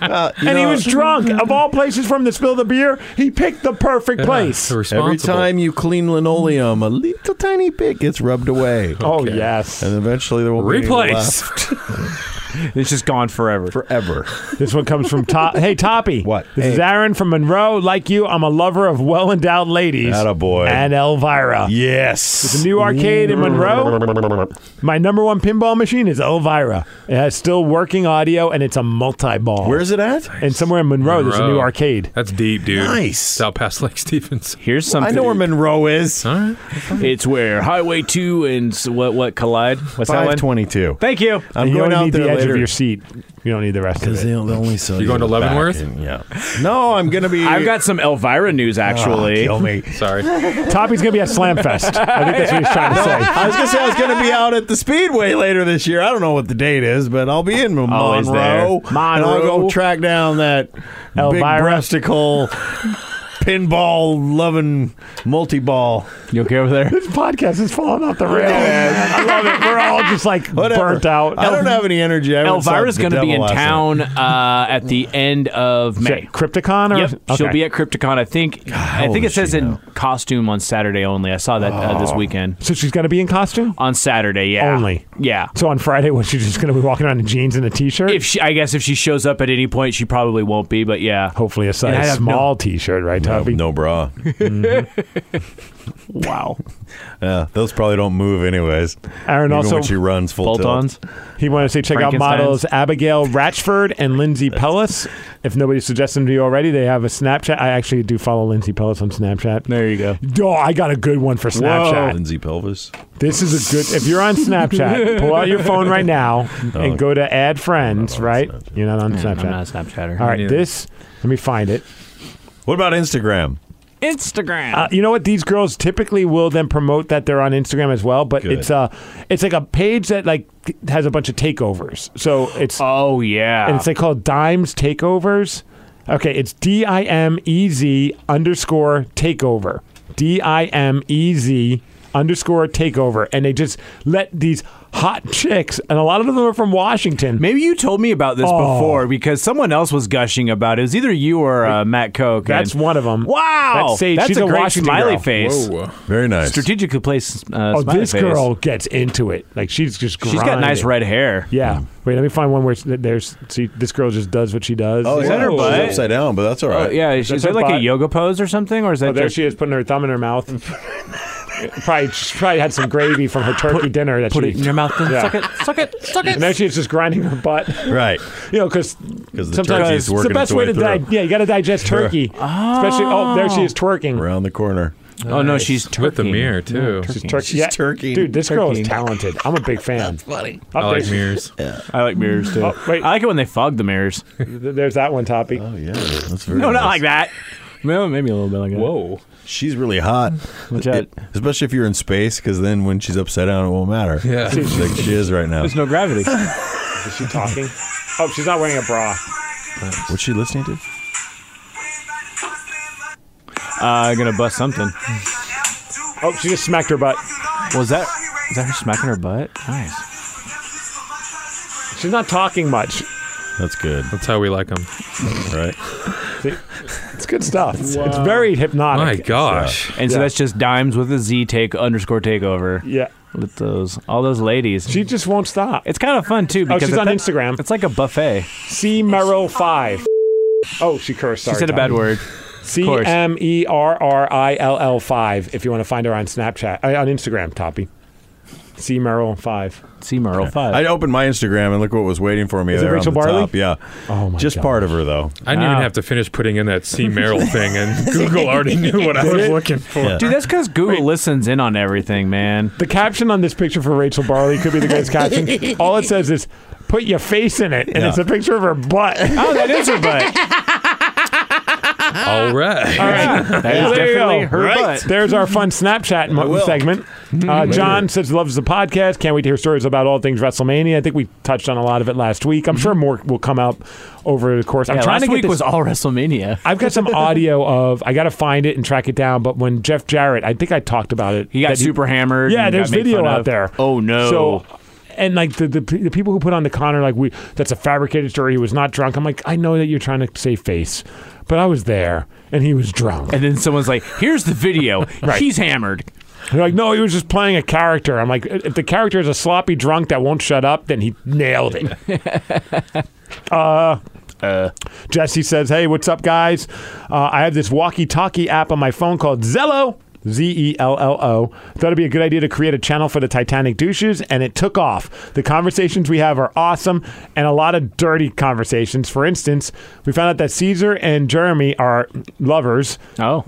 Uh, you
And he
know-
was drunk. Of all places from the spill the beer, he picked the perfect place.
Every time you clean linoleum, a little tiny bit gets rubbed away.
Oh yes.
And eventually there will be any left.
Replaced. it's just gone forever.
Forever.
This one comes from Top. Hey, Toppy. What? This is Aaron from Monroe. Like you, I'm a lover of well endowed ladies.
Attaboy.
And Elvira.
Yes.
It's a new arcade in Monroe. My number one pinball machine is Elvira. It has still working audio and it's a multi ball.
Where's it at?
And somewhere in Monroe, there's a new
Monroe.
arcade.
That's deep, dude.
Nice.
South Pass Lake Stevens.
Here's
I
something.
know where Monroe is.
All right.
It's where Highway 2 and s- what what collide? What's that one?
522.
Thank you.
I'm
you
going
only
out
need
there
the edge
later.
of your seat. You don't need the rest of
Because
it.
they they only sell
You going to
the back
Leavenworth?
and- yeah. No, I'm gonna be.
I've got some Elvira news actually.
kill me.
Sorry.
Toppy's going to be at Slam Fest. I think that's what he's trying to say.
I was gonna say I was gonna be out at the Speedway later this year. I don't know what the date is, but I'll be in Monroe,
Always there.
and I'll
Monroe.
go track down that big
Elvira.
breasticle, pinball loving multi ball.
You okay over there?
This podcast is falling off the rails. I love it. We're all just like burnt out.
I don't have any energy. I went and saw
Elvira's
the
going to be
devil
in
last night.
town uh, at the end of
Is
May.
it Crypticon or
Yep, she'll
Okay.
be at Crypticon. I think. I think
old
it
is
says
she
in
now?
costume on Saturday only. I saw that uh, this weekend
Oh. So she's going to be in costume?
on Saturday. Yeah,
Only.
Yeah.
So on Friday, was she just going to be walking around in jeans and a t-shirt?
If she, I guess if she shows up at any point, she probably won't be. But yeah,
Hopefully a
And I
size
have no-
small t-shirt, right,
No,
Toppy?
no bra.
Mm-hmm.
wow.
Yeah, those probably don't move anyways.
Aaron
Even
also-
when she runs full tilt.
Bolt-ons.
He wanted to say check out
Frankenstein's.
models Abigail Ratchford and Lindsay Pellis. If nobody suggested them to you already, they have a Snapchat. I actually do follow Lindsay Pellis on Snapchat.
There you go.
Oh, I got a good one for Snapchat.
Lindsay Pelvis.
This is a good. If you're on Snapchat, pull out your phone right now
Oh.
and go to add friends. Right? You're not on Snapchat.
I'm not a Snapchatter.
All right.
neither.
This. Let me find it.
What about Instagram?
Instagram.
Uh, you know what? These girls typically will then promote that they're on Instagram as well, but
Good.
it's a, it's like a page that like th- has a bunch of takeovers. So it's
oh yeah.
and it's like called Dimes Takeovers. Okay, it's D I M E Z underscore takeover. D I M E Z underscore takeover, and they just let these hot chicks, and a lot of them are from Washington.
Maybe you told me about this
Oh.
before because someone else was gushing about it. It was either you or uh, Matt Koch.
That's one of them.
Wow,
That's Sage. She's
a,
a
great
Washington
smiley
girl.
face.
Whoa.
Very nice.
Strategically placed. Uh,
oh,
smiley
this
face.
girl gets into it. Like she's just
She's got nice
grinding.
red hair.
Yeah. Wait, let me find one where it's- there's see this girl just does what she does.
Oh, yeah, she's upside down, but that's all right.
Oh, yeah, is,
That's
there
her
like a
butt.
yoga pose or something, or is that
Oh, there
just-
she is putting her thumb in her mouth. probably she probably had some gravy from her turkey dinner that
put
she
it in your mouth and suck it, suck it, suck it.
And now she's just grinding her butt.
Right.
You know, because
the
sometimes
turkey's
it's the
working
best
its
way
way
to di-
through.
yeah you got to digest
Sure.
turkey,
Ah.
especially oh there she is twerking
around the corner.
Oh no, she's turkey.
With the mirror too.
She's turkey. yeah. Dude, this girl is talented. I'm a big fan. That's
funny.
I like mirrors.
I like mirrors too.
Oh, wait.
I like it when they fog the mirrors.
There's that one, Toppy.
Oh yeah, that's very.
no, not
nice.
like that. Well, maybe a little bit like that.
Whoa.
She's really hot.
Watch out.
It- especially if you're in space, because then when she's upside down, it won't matter.
Yeah.
like she is right now.
There's no gravity.
Is she talking? Oh, she's not wearing a bra.
What's she listening to?
Uh, gonna bust something.
Oh, she just smacked her butt.
Was that is that her smacking her butt? Nice.
She's not talking much.
That's good.
That's how we like them.
Right.
It's good stuff. It's very hypnotic.
My gosh.
And so
Yeah.
that's just dimes with a Z take underscore takeover.
Yeah.
With those all those ladies.
She just won't stop.
it's kind of fun too
Oh,
because
she's
at
on
that-
Instagram.
It's like a buffet.
C Merrill five. Oh, she cursed. Sorry,
she said a bad
Tommy.
word.
C
course.
M E R R I L L five. If you want to find her on Snapchat, uh, on Instagram, Toppy. C E Merrill five.
C E Merle five.
I opened my Instagram and look what was waiting for me
Is it
there
Rachel
on the
Barley?
top. Yeah.
Oh my
Just
gosh.
part of her though.
I didn't even have to finish putting in that C. Merrill thing, and Google already knew what I was looking for.
Yeah.
Dude, that's because Google listens in on everything, man.
The caption on this picture for Rachel Barley could be the greatest caption. All it says is "Put your face in it," and
Yeah.
it's a picture of her butt.
Oh, that is her butt.
All right.
All right.
That is
There you
definitely
go.
her
Right.
butt.
There's our fun Snapchat mo-
will. Hmm.
segment. Uh, John says he loves the podcast. Can't wait to hear stories about all things WrestleMania. I think we touched on a lot of it last week. I'm sure more will come out over the course. I'm
Hmm. Yeah,
trying
last
to get
week
this.
was all WrestleMania.
I've got some audio of. I got to find it and track it down. But when Jeff Jarrett, I think I talked about it.
He got
that
super hammered.
Yeah,
and
there's
got made
video
fun
out
of.
there.
Oh no.
So, and like the, the the people who put on the con are like, we that's a fabricated story. He was not drunk. I'm like, I know that you're trying to save face, but I was there and he was drunk.
and then someone's like, "Here's the video.
Right.
He's hammered."
They're like, no, he was just playing a character. I'm like, if the character is a sloppy drunk that won't shut up, then he nailed it. uh, Jesse says, hey, what's up, guys? Uh, I have this walkie talkie app on my phone called Zello. Z E L L O. Thought it'd be a good idea to create a channel for the Titanic douches, and it took off. The conversations we have are awesome and a lot of dirty conversations. For instance, we found out that Caesar and Jeremy are lovers,
Oh,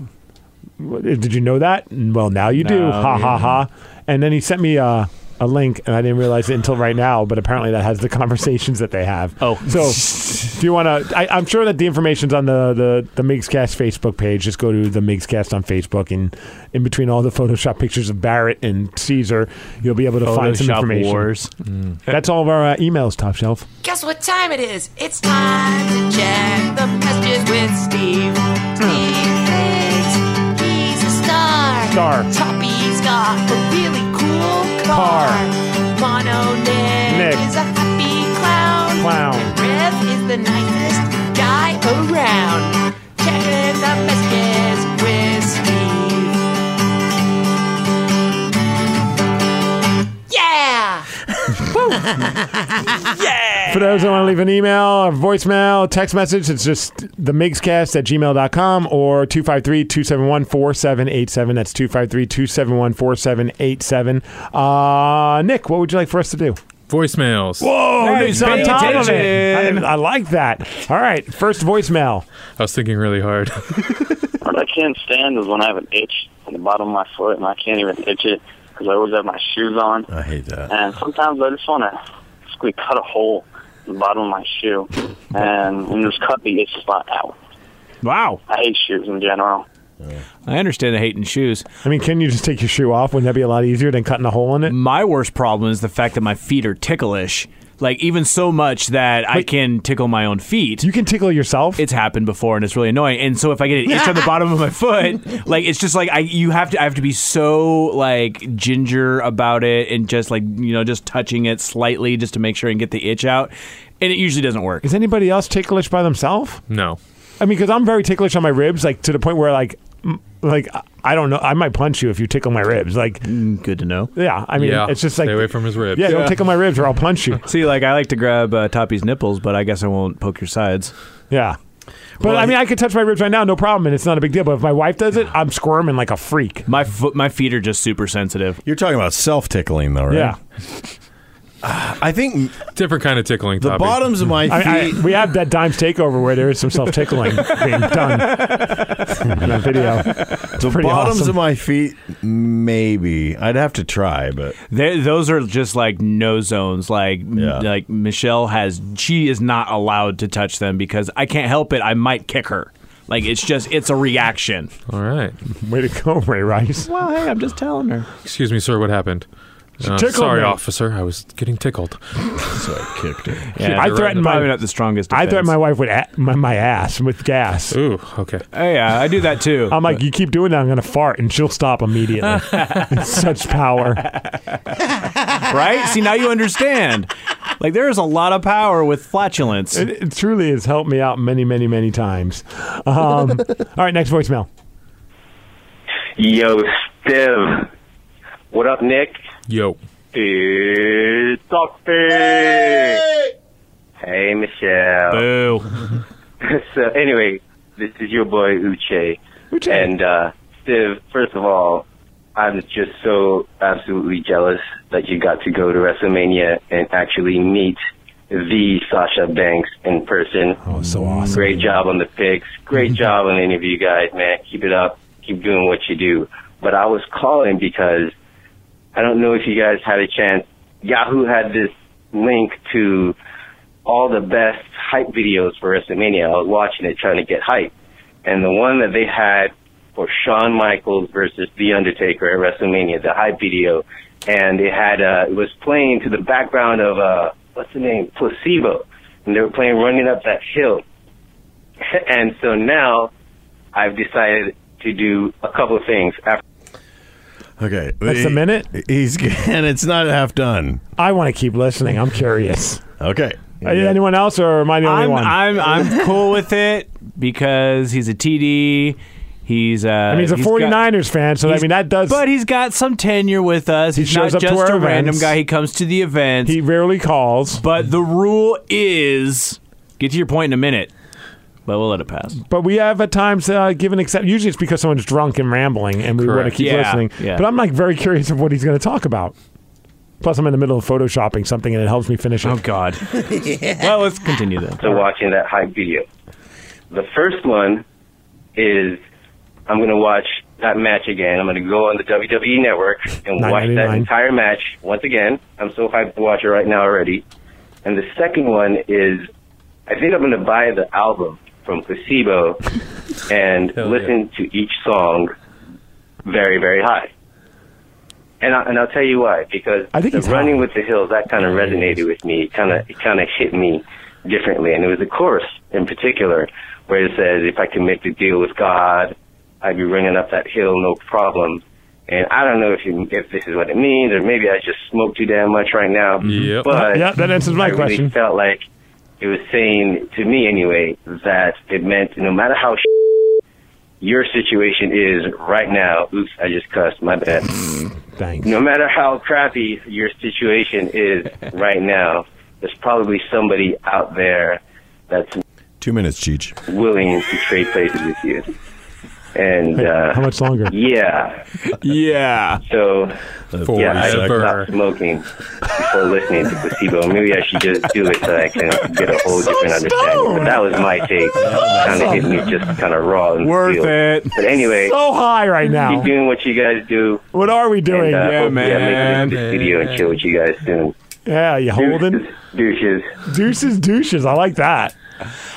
what- Did you know that? Well, now you do.
Now
Ha
you
ha ha. And then he sent me a, a link, and I didn't realize it until right now. But apparently, that has the conversations that they have.
Oh.
so if you want to, I'm sure that the information's on the the the Migscast Facebook page. Just go to the Migscast on Facebook, and in between all the Photoshop pictures of Barrett and Caesar, you'll be able to find some
Photoshop
information.
wars.
That's all of our uh, emails, Top Shelf.
Guess what time it is? It's time to check the messages with Steve.
Hmm.
Steve thinks he's a star.
Star.
Toppy's got a really cool car.
Car.
Mono Nick,
Nick.
is a happy clown.
Clown.
Rev is the nicest guy around. Checking the messages with Steve. Yeah!
For those that want to leave an email or voicemail, text message, it's just themigscast at gmail.com or 253 271 4787. That's 253 271 4787. Uh, Nick, what would you like for us to do?
Voicemails.
Oh,
Nice,
Nick's on
pay
top of it.
attention.
I, I like that. All right, first voicemail.
I was thinking really hard.
What I can't stand is when I have an itch on the bottom of my foot and I can't even itch it because I always have my shoes on.
I hate that.
And sometimes I just want to squeak, cut a hole in the bottom of my shoe and when just cut the itch spot out.
Wow.
I hate shoes in general.
I understand the hating shoes.
I mean, can you just take your shoe off? Wouldn't that be a lot easier than cutting a hole in it?
My worst problem is the fact that my feet are ticklish. Like even so much that I can tickle my own feet. You
can tickle yourself.
It's happened before, and it's really annoying. And so if I get an itch on the bottom of my foot, like it's just like I you have to I have to be so like ginger about it, and just like you know just touching it slightly just to make sure and get the itch out. And it usually doesn't work.
Is anybody else ticklish by themselves?
No.
I mean, because I'm very ticklish on my ribs, like to the point where like. m- Like I- I don't know, I might punch you if you tickle my ribs. Like
Mm, good to know.
Yeah, I mean,
Yeah,
it's just like
stay away from his ribs.
Yeah,
Yeah.
don't tickle my ribs or I'll punch you.
See, like I like to grab uh, Toppy's nipples, but I guess I won't poke your sides.
Yeah. But I mean, I could touch my ribs right now, no problem, and it's not a big deal. But if my wife does it, I'm squirming like a freak.
My foot, my feet are just super sensitive.
You're talking about self tickling, though, right?
Yeah.
I think
different kind of tickling.
The
Toppy.
bottoms of my
I- I-
feet.
we have that Dimes Takeover where there is some self tickling being done in that video. It's
the
pretty
bottoms
awesome.
of my feet, maybe. I'd have to try, but
They, those are just like no zones. Like like Michelle has, she is not allowed to touch them because I can't help it. I might kick her. Like it's just it's a reaction.
All right.
Way to go, Ray Rice.
Well, hey, I'm just telling her.
Excuse me, sir. What happened?
She
Uh,
tickled
sorry,
me.
officer. I was getting tickled.
so I kicked her.
I threatened my I threatened my wife with a, my, my ass with gas.
Ooh, okay.
Oh, yeah, I do that too.
I'm like, you keep doing that, I'm gonna fart, and she'll stop immediately. it's such power.
right? See, now you understand. Like there is a lot of power with flatulence.
It, it truly has helped me out many, many, many times. Um, all right, next voicemail.
Yo, Steve. What up, Nick?
Yo.
It's Hey, hey Michelle.
Boo.
so, anyway, this is your boy Uche. Uche. And uh, Steve, first of all, I'm just so absolutely jealous that you got to go to WrestleMania and actually meet the Sasha Banks in person.
Oh, so awesome! Mm-hmm.
Great job on the picks. Great job on the interview, guys. Man, keep it up. Keep doing what you do. But I was calling because I don't know if you guys had a chance. Yahoo had this link to all the best hype videos for WrestleMania. I was watching it, trying to get hype, and the one that they had for Shawn Michaels versus The Undertaker at WrestleMania, the hype video, and it had uh, it was playing to the background of uh, what's the name, Placebo, and they were playing Running Up That Hill, and so now I've decided to do a couple of things. After
Okay.
That's the
He-
minute?
He's and it's not half done.
I want to keep listening. I'm curious.
Okay.
Uh, Anyone else, or am I the only
I'm,
one?
I'm I'm cool with it because he's a TD. He's uh,
I mean, he's a 49ers fan, so I mean that does.
But he's got some tenure with us.
He
He's
shows
not
up to
just
our
a random
events.
guy. He comes to the events. He
rarely calls.
But the rule is get to your point in a minute. But we'll let it pass.
But we have at times uh, given except usually it's because someone's drunk and rambling, and we want to
Correct.
keep
Yeah,
listening.
yeah.
But I'm like very curious of what he's going to talk about. Plus, I'm in the middle of photoshopping something, and it helps me finish it. Oh
God! Well, let's continue then.
So watching that hype video. The first one is I'm going to watch that match again. I'm going to go on the WWE Network and watch that
9.99.
entire match once again. I'm so hyped to watch it right now already. And the second one is I think I'm going to buy the album from Placebo and listen to each song very, very high. And, I, and I'll tell you why, because
I think
the
he's
Running with the Hills, that kind of resonated with me. It kind of, it kind of hit me differently. And it was the chorus in particular where it says, if I can make the deal with God, I'd be running up that hill, no problem. And I don't know if you, if this is what it means, or maybe I just smoke too damn much right now.
Yep.
But
Yeah, that answers my
I really
question.
felt like it was saying to me anyway that it meant no matter how your situation is right now. Oops, I just cussed. My bad.
Thanks.
No matter how crappy your situation is right now, there's probably somebody out there that's
Two minutes, Cheech.
willing to trade places with you. And uh,
How much longer?
yeah,
yeah.
So yeah, I should
Forever.
stop smoking before listening to placebo. Maybe I should just do it so I can get a whole different understanding. But that was my take. Kind of hit me just kind of raw. in the
Worth
field.
it.
But anyway,
So high right now.
Keep doing what you guys do.
What are we doing?
And, uh,
Yeah,
hope you have
man.
making it to the studio and chill with you guys soon.
Yeah, you holding
Douches.
deuces, douches. I like that.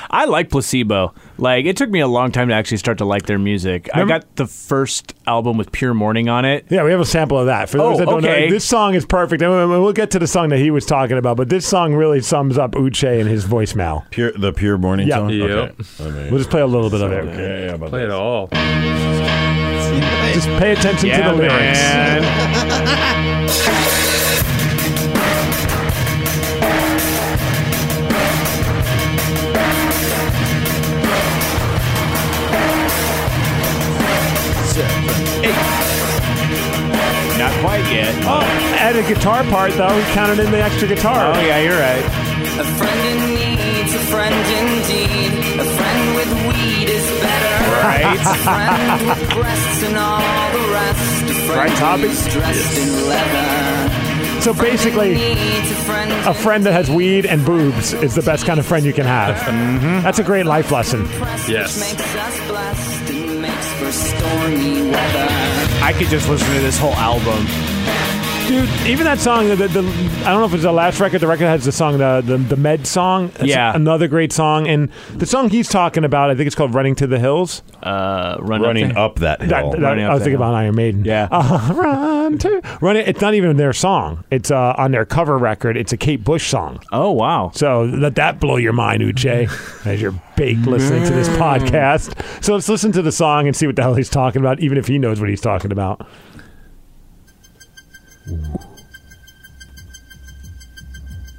I like Placebo. Like it took me a long time to actually start to like their music. I got the first album with Pure Morning on it.
Yeah, we have a sample of that. For those
Oh,
that don't
okay.
know, this song is perfect. And we'll we'll get to the song that he was talking about, but this song really sums up Uche and his voicemail.
Pure, the pure morning
Yeah.
song.
Yep. We'll just play a little bit of it.
Okay, yeah, about
Play it all.
Just pay attention
Yeah,
to the lyrics.
man.
Not quite yet.
Oh, add a guitar part though. He counted in the extra guitar.
Oh, yeah, you're right.
A friend in need's a friend indeed. A friend with weed is better.
Right.
A friend with breasts and all the rest. A friend
Right topic?
who's dressed in leather.
So basically,
Needs a friend.
a friend that has weed and boobs is the best kind of friend you can have.
Mm-hmm.
That's a great life lesson.
Yes. Makes us blessed and makes for stormy weather.
I could just listen to this whole album.
Dude, even that song, the, the, I don't know if it's the last record. The record has the song, the the, the Med song. That's
Yeah.
another great song. And the song he's talking about, I think it's called "Running to the Hills."
Uh, run
Running
up,
up that hill.
That- that-
Running Up
I was
the
thinking
Hill.
about Iron Maiden.
Yeah.
Uh, run to run it. It's not even their song. It's uh, on their cover record. It's a Kate Bush song.
Oh wow!
So let that blow your mind, Uche, as you're baked listening to this podcast. So let's listen to the song and see what the hell he's talking about, even if he knows what he's talking about.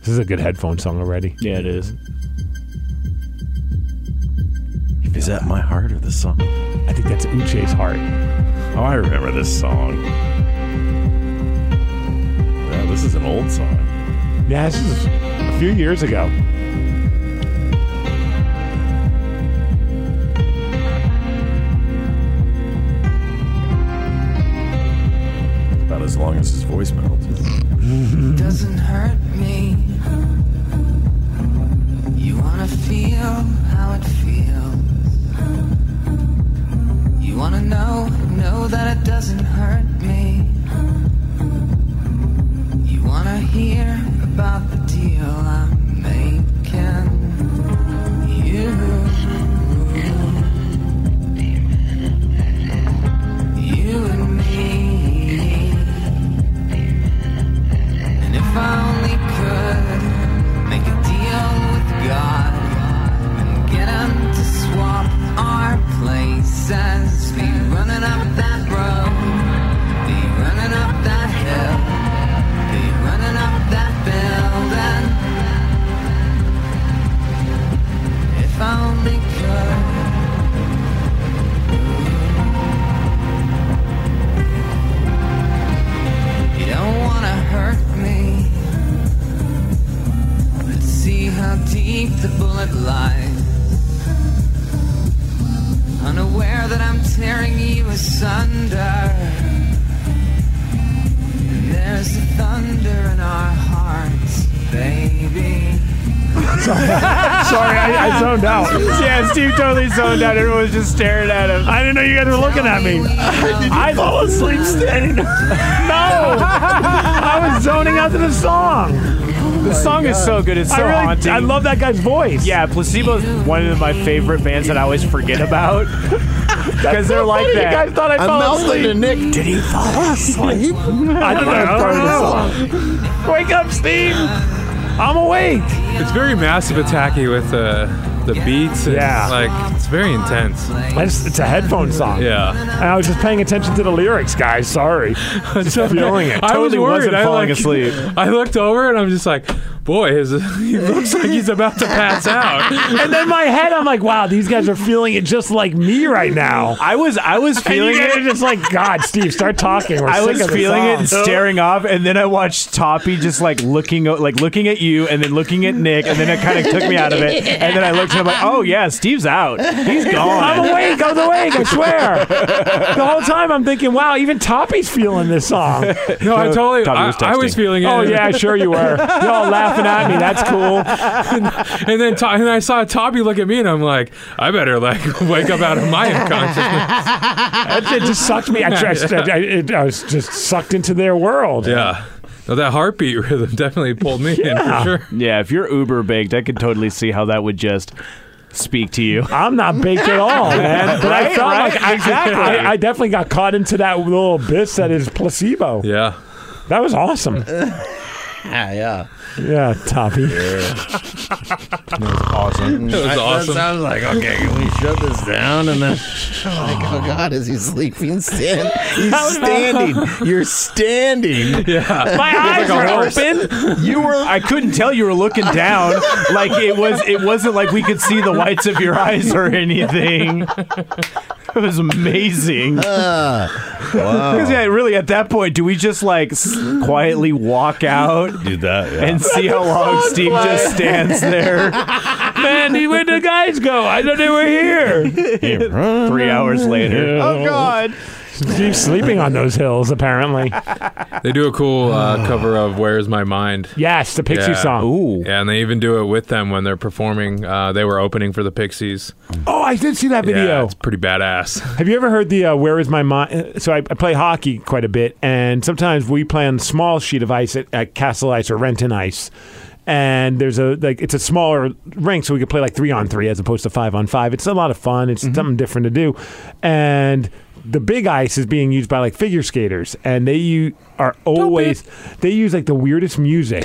This is a good headphone song already.
Yeah, it is.
Is that my heart or the song?
I think that's Uche's heart.
Oh, I remember this song. Yeah, this is an old song.
Yeah, this is a few years ago.
About as long as his voicemail.
Doesn't hurt me. You wanna feel how it feels. You wanna know, know that it doesn't hurt me. You wanna hear about the deal I'm making. You. You and me. And if I only could make a deal with God and get him to swap our places, be running up that road, be running up that hill, be running up that building. If I only could. You don't wanna hurt me. Let's see how deep the bullet lies. Unaware that I'm tearing you asunder. And there's the thunder in our hearts, baby.
Sorry, I, I zoned out.
yeah, Steve totally zoned out. Everyone was just staring at him.
I didn't know you guys were looking at me. I fall asleep standing. no, I was zoning out to the song.
The song is so good. It's so
I really,
haunting.
I love that guy's voice.
Yeah, Placebo's one of my favorite bands that I always forget about because they're like
funny. You
that.
guys thought I I'm fell melting asleep. to
Nick. Did he fall asleep?
I don't know. I don't know. Wake up, Steve. I'm awake.
It's very massive attacky with the the beats. And
Yeah.
like it's very intense.
I just- it's a headphone song.
Yeah.
And I was just paying attention to the lyrics, guys. Sorry. Just feeling it.
I was
Totally
worried.
wasn't
I,
falling
like-
asleep.
I looked over and I'm just like, boy, is, he looks like he's about to pass out.
And then my head, I'm like, wow, these guys are feeling it just like me right now.
I was I was
and
feeling
you guys
it.
are just like, God, Steve, start talking. We're
I
sick
was
of the
feeling it and
song."
staring off, and then I watched Toppy just like looking, o- like looking at you, and then looking at Nick, and then it kind of took me out of it. And then I looked, and I'm like, "Oh yeah, Steve's out. He's gone."
I'm awake. I was awake. I swear. the whole time I'm thinking, wow, even Toppy's feeling this song.
No, I totally.
Tommy
I
was
was, I was
texting.
feeling it.
Oh yeah, sure you were. Y'all laughing at me. That's cool.
And then to- and I saw Toppy look at me, and I'm like, I better like wake up out of my unconsciousness.
It, it just sucked me. I, just, I, I- it- I was just sucked into their world.
Yeah. No, that heartbeat rhythm definitely pulled me
Ah.
in for sure.
Yeah, if you're uber baked, I could totally see how that would just speak to you.
I'm not baked at all, man. But I
Right,
felt
right,
like I,
exactly.
I, I definitely got caught into that little abyss that is placebo.
Yeah.
That was awesome.
yeah.
Yeah, Toppy.
That was awesome.
That was awesome.
I was like, okay, can we shut this down? And then I'm like, oh god, is he sleeping? Stand, he's
How did I-
standing. You're standing.
Yeah.
My eyes were
open. You were. I couldn't tell you were looking down. like it was. It wasn't like we could see the whites of your eyes or anything. It was
Uh,
amazing. Uh,
wow.
Because yeah, really, at that point, do we just like s- quietly walk out
Do that, yeah.
and see how long Oh, Steve just stands there?
Man, where'd the guys go? I thought they were here.
Three hours later. Oh, God.
Steve's sleeping on those hills, apparently.
They do a cool uh, cover of "Where's My Mind."
Yes, the Pixie song.
Ooh. Yeah, and they even do it with them when they're performing. Uh, they were opening for the Pixies.
Oh, I did see that video.
Yeah, it's pretty badass.
Have you ever heard the uh, "Where Is My Mind"? So I, I play hockey quite a bit, and sometimes we play on a small sheet of ice at, at Castle Ice or Renton Ice. And there's a like it's a smaller rink, so we could play like three on three as opposed to five on five. It's a lot of fun. It's
Mm-hmm.
something different to do, and the big ice is being used by like figure skaters, and they u- are always they use like the weirdest music.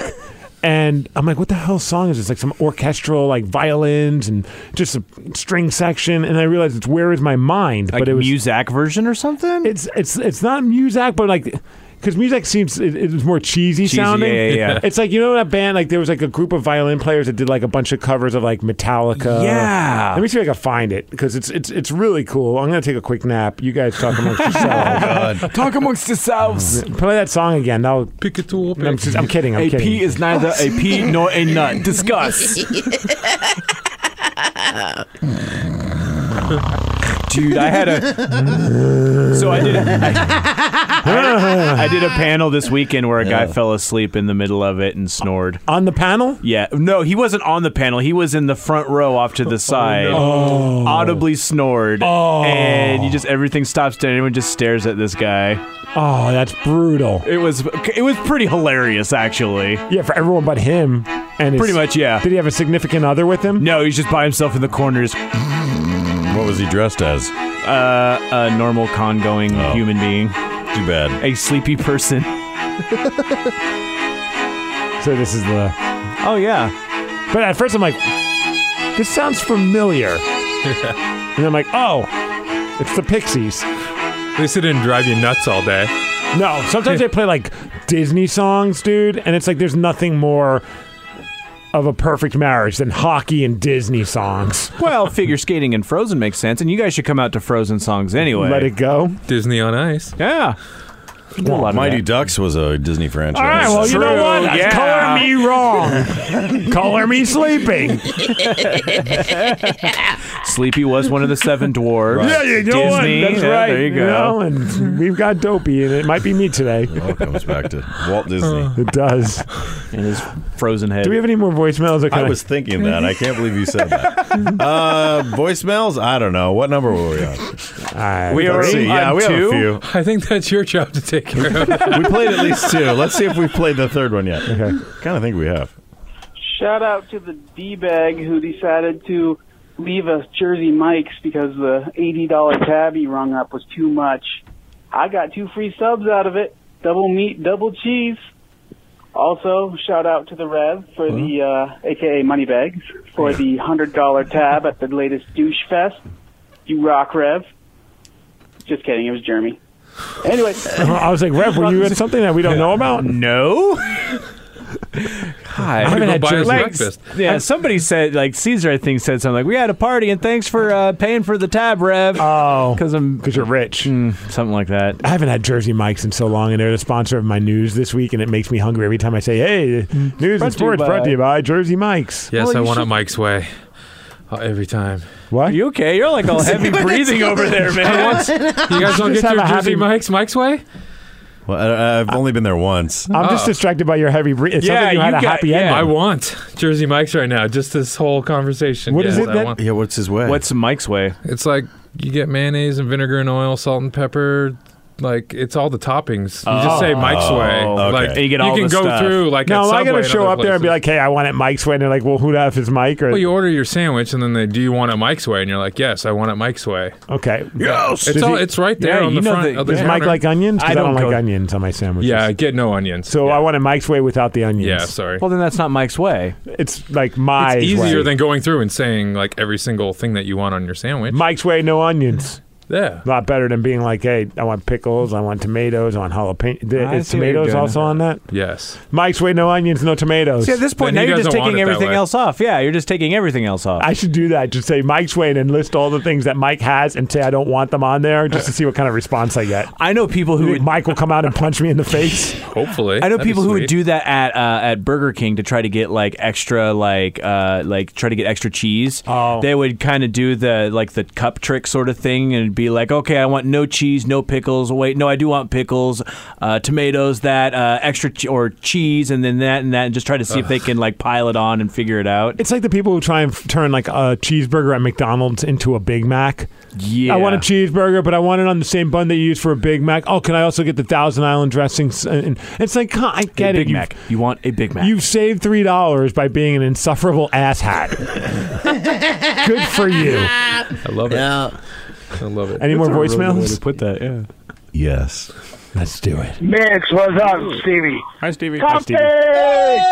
And I'm like, what the hell song is this? Like some orchestral, like violins and just a string section. And I realized it's "Where Is My Mind,"
Like
but it was
Muzak version or something.
It's it's it's not Muzak, but like because Muzak seems it, it was more cheesy,
Cheesy,
sounding.
yeah, yeah, yeah.
It's like you know that band like there was like a group of violin players that did like a bunch of covers of like Metallica.
Yeah.
let me see if I can find it because it's it's it's really cool. I'm gonna take a quick nap. You guys talk amongst yourselves.
Oh,
Talk amongst yourselves.
Play that song again. That'll pick
it to
I'm, just- I'm kidding. I'm
a
kidding.
pea is neither a pea nor a nut. Discuss. Dude, I had a. So I did. I, I did a panel this weekend where a guy fell asleep in the middle of it and snored.
On the panel?
Yeah. No, he wasn't on the panel. He was in the front row off
Oh,
to the side.
no.
Audibly snored. Oh. And you just everything stops dead. Everyone just stares at this guy.
Oh, that's brutal.
It was it was pretty hilarious actually.
Yeah, for everyone but him. And his-
Pretty much, yeah.
Did he have a significant other with him?
No, he's just by himself in the corner. Just
what was he dressed as?
Uh, a normal con-going
Oh.
human being.
Too bad.
A sleepy person.
So this is the.
Oh yeah.
But at first I'm like, this sounds familiar, and I'm like, oh, it's the Pixies.
At least it didn't drive you nuts all day.
No, sometimes they play like Disney songs, dude, and it's like there's nothing more of a perfect marriage than hockey and Disney songs.
Well, figure skating and Frozen makes sense, and you guys should come out to Frozen songs anyway.
Let it go.
Disney on Ice.
Yeah.
Well, Mighty Ducks was a Disney franchise.
All right, well, you know what?
Yeah.
Color me wrong. Color me sleeping.
Sleepy was one of the seven dwarves.
Yeah, you know what?
Disney,
That's
yeah,
right.
There you go.
know, and we've got Dopey, and it might be me today. It all
comes back to Walt Disney.
It does.
And his frozen head.
Do we have any more voicemails? Or can
I was thinking that. I can't believe you said that. Uh, voicemails? I don't know. What number were we on?
We
Let's
are on
see. Yeah, we have
two?
a few.
Uh, I think that's your job to take care of.
we played at least two. Let's see if we've played the third one yet. Okay. kind of think we have.
Shout out to the D bag who decided to leave us Jersey Mike's because the $80 tab he rung up was too much. I got two free subs out of it double meat, double cheese. Also, shout out to the Rev for the, uh, aka Moneybags, for the $100 tab at the latest douche fest. You rock, Rev. Just kidding, it was Jeremy. Anyway,
I was like, Rev, were you at something that we don't know about?
No. Hi.
I haven't Go had buy us Jersey- breakfast.
Yeah, somebody said like Caesar, I think, said something like, "We had a party, and thanks for uh, paying for the tab, Rev."
Oh,
because I'm
because you're rich,
Hmm, something like that.
I haven't had Jersey Mike's in so long, and they're the sponsor of my news this week, and it makes me hungry every time I say, "Hey,
Hmm.
news
Brought
and
to
sports
you
brought to
by-
you by Jersey Mike's."
Yes, I want it Mike's way uh, every time.
What?
You okay? You're like all heavy breathing over there,
I
man.
want- you guys don't get your
Just have a
Jersey
happy-
Mike's Mike's way. Oh.
Well, uh, I, I've only been there once.
I'm
Oh.
just distracted by your heavy breathing. It sounds like you had a happy ending.
I want Jersey Mike's right now. Just this whole conversation.
What is
Yes,
it
I
that-
want-
Yeah, what's his way?
What's Mike's way?
It's like you get mayonnaise and vinegar and oil, salt and pepper, like it's all the toppings. You just say Mike's
Oh,
way,
okay.
like can go through like
no,
at
am I
Subway
gonna
and
show
other
up there and be
places.
like, "Hey, I want it Mike's way," and they're like, "Well, who the f is Mike?" Or
Well, you order your sandwich and then they do you want it Mike's way, and you're like, yes, I want it Mike's way.
Okay.
Yes! It's all- it's right there on the front of the
Does Mike
counter.
like onions? 'Cause
I
I don't,
don't
like
go-
onions on my sandwiches.
Yeah, I get no onions.
So I want it Mike's way without the onions.
Yeah, sorry.
Well, then that's not Mike's way.
It's like my
it's easier
way.
than going through and saying like every single thing that you want on your sandwich.
Mike's way, no onions.
Yeah,
a lot better than being like, "Hey, I want pickles, I want tomatoes, I want jalapeno."
I
Is
see what you're
tomatoes
doing.
also on that?
Yes.
Mike's way, no onions, no tomatoes.
See, at this point, now you're just taking everything else off. Yeah, you're just taking everything else off.
I should do that. Just say Mike's way and then list all the things that Mike has and say I don't want them on there just to see what kind of response I get.
I know people who would,
Mike will come out and punch me in the face.
Hopefully,
I know
That'd be
people who would
sweet.
do that at uh, at Burger King to try to get like extra like uh, like try to get extra cheese. Oh. They would kind of do the like the cup trick sort of thing and be like, okay, I want no cheese, no pickles. Wait, no, I do want pickles, uh, tomatoes, that uh, extra che- or cheese, and then that and that, and just try to see if they can like pile it on and figure it out.
It's like the people who try and f- turn like a cheeseburger at McDonald's into a Big Mac.
Yeah.
I want a cheeseburger, but I want it on the same bun that you use for a Big Mac. Oh, can I also get the Thousand Island dressings? And, and it's like, huh, I get it.
Big
You've-
Mac. You want a Big Mac?
You've saved three dollars by being an insufferable asshat. Good for you.
I love it. I love it.
Any more
That's a really good way
voicemails?
to
put that, yeah.
Yes.
Let's do it.
Mix, what's up, Stevie?
Hi, Stevie.
Hi,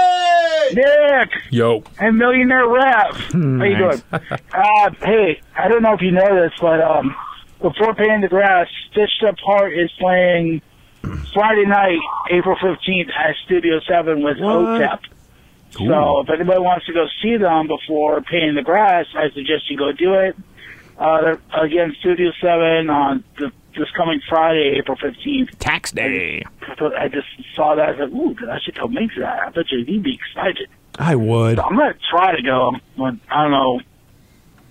Nick
Yo.
and Millionaire Rap.
Hmm,
How you
Nice.
doing? uh, hey, I don't know if you know this, but um, before painting the grass, Stitched Up Heart is playing Friday night, April fifteenth, at Studio Seven with OTEP. So if anybody wants to go see them before painting the grass, I suggest you go do it. Uh, they're, again, Studio Seven on the, this coming Friday, April fifteenth.
Tax day.
I just saw that. I said, "Ooh, I should go make that. I bet you he'd be excited."
I would.
So I'm gonna try to go, but I don't know.